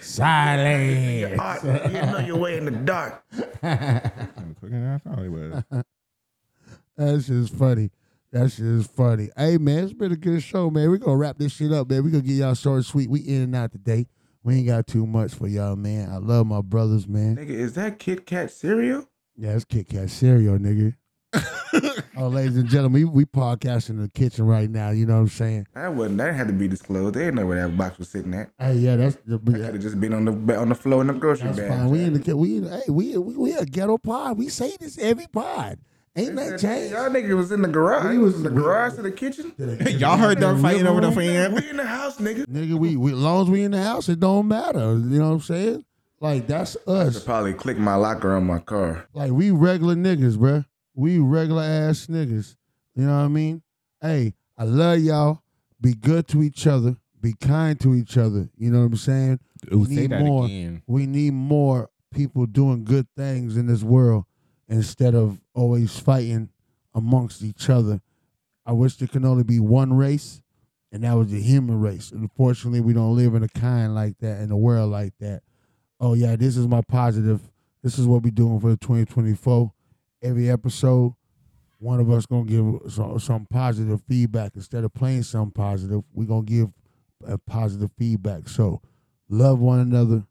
Silence. Art, you know your way in the dark. Quicker than I thought it was. That shit is funny. That shit is funny. Hey man, it's been a good show, man. We're gonna wrap this shit up, man. We're gonna get y'all short and sweet. We in and out today. We ain't got too much for y'all, man. I love my brothers, man. Nigga, is that Kit Kat cereal? Yeah, it's Kit Kat cereal, nigga. oh, ladies and gentlemen, we, we podcasting in the kitchen right now. You know what I'm saying? That wasn't. That had to be disclosed. They didn't know where that box was sitting at. Hey, yeah, that's That could have just been on the ba- on the floor in the grocery that's bag. fine. We in the kitchen. We in, hey, we, we we a ghetto pod. We say this every pod. Ain't that changed? Y'all nigga was in the garage. We He was- was in the garage to the kitchen. Y'all heard them fighting over the fan. We in the house, nigga. Nigga, we, we as long as we in the house, it don't matter. You know what I'm saying? Like that's I us. should probably click my locker on my car. Like we regular niggas, bruh. We regular ass niggas. You know what I mean? Hey, I love y'all. Be good to each other. Be kind to each other. You know what I'm saying? Ooh, we say need that more. again. We need more people doing good things in this world instead of always fighting amongst each other. I wish there can only be one race, and that was the human race. Unfortunately, we don't live in a kind like that in a world like that. Oh yeah, this is my positive. This is what we doing for 2024. Every episode, one of us gonna give some, some positive feedback instead of playing some positive. We gonna give a positive feedback. So, love one another,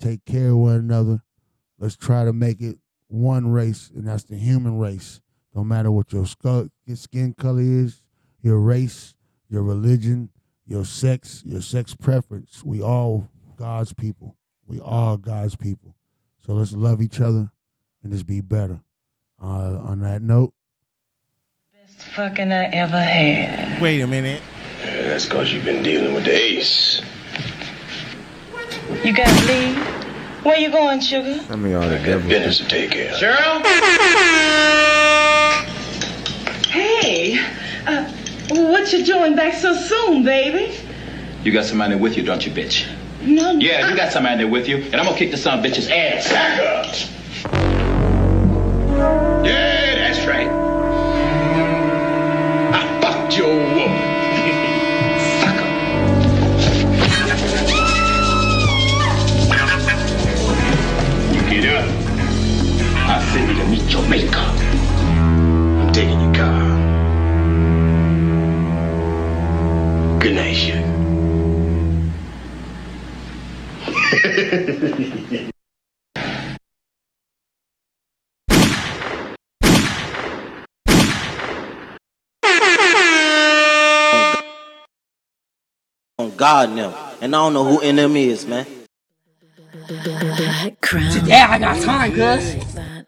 take care of one another. Let's try to make it one race, and that's the human race. No matter what your skull, your skin color is, your race, your religion, your sex, your sex preference, we all God's people. We all God's people. So let's love each other and just be better. Uh, on that note, Fucking I ever had. Wait a minute. Yeah, that's cause you've been dealing with the ace. You gotta leave. Where you going, sugar? I mean, all the devil. Business to take care of. Cheryl? Hey, uh, what you doing back so soon, baby? You got somebody with you, don't you, bitch? No, Yeah, you got somebody there with you, and I'm gonna kick the son of a bitch's ass. Back up. Yeah, that's right. I fucked your woman. Sucker. You get up. I send you to meet your maker. I'm taking your car. Good night, Shug. on God now. And I don't know who NM is, man. Yeah, I got time, Gus.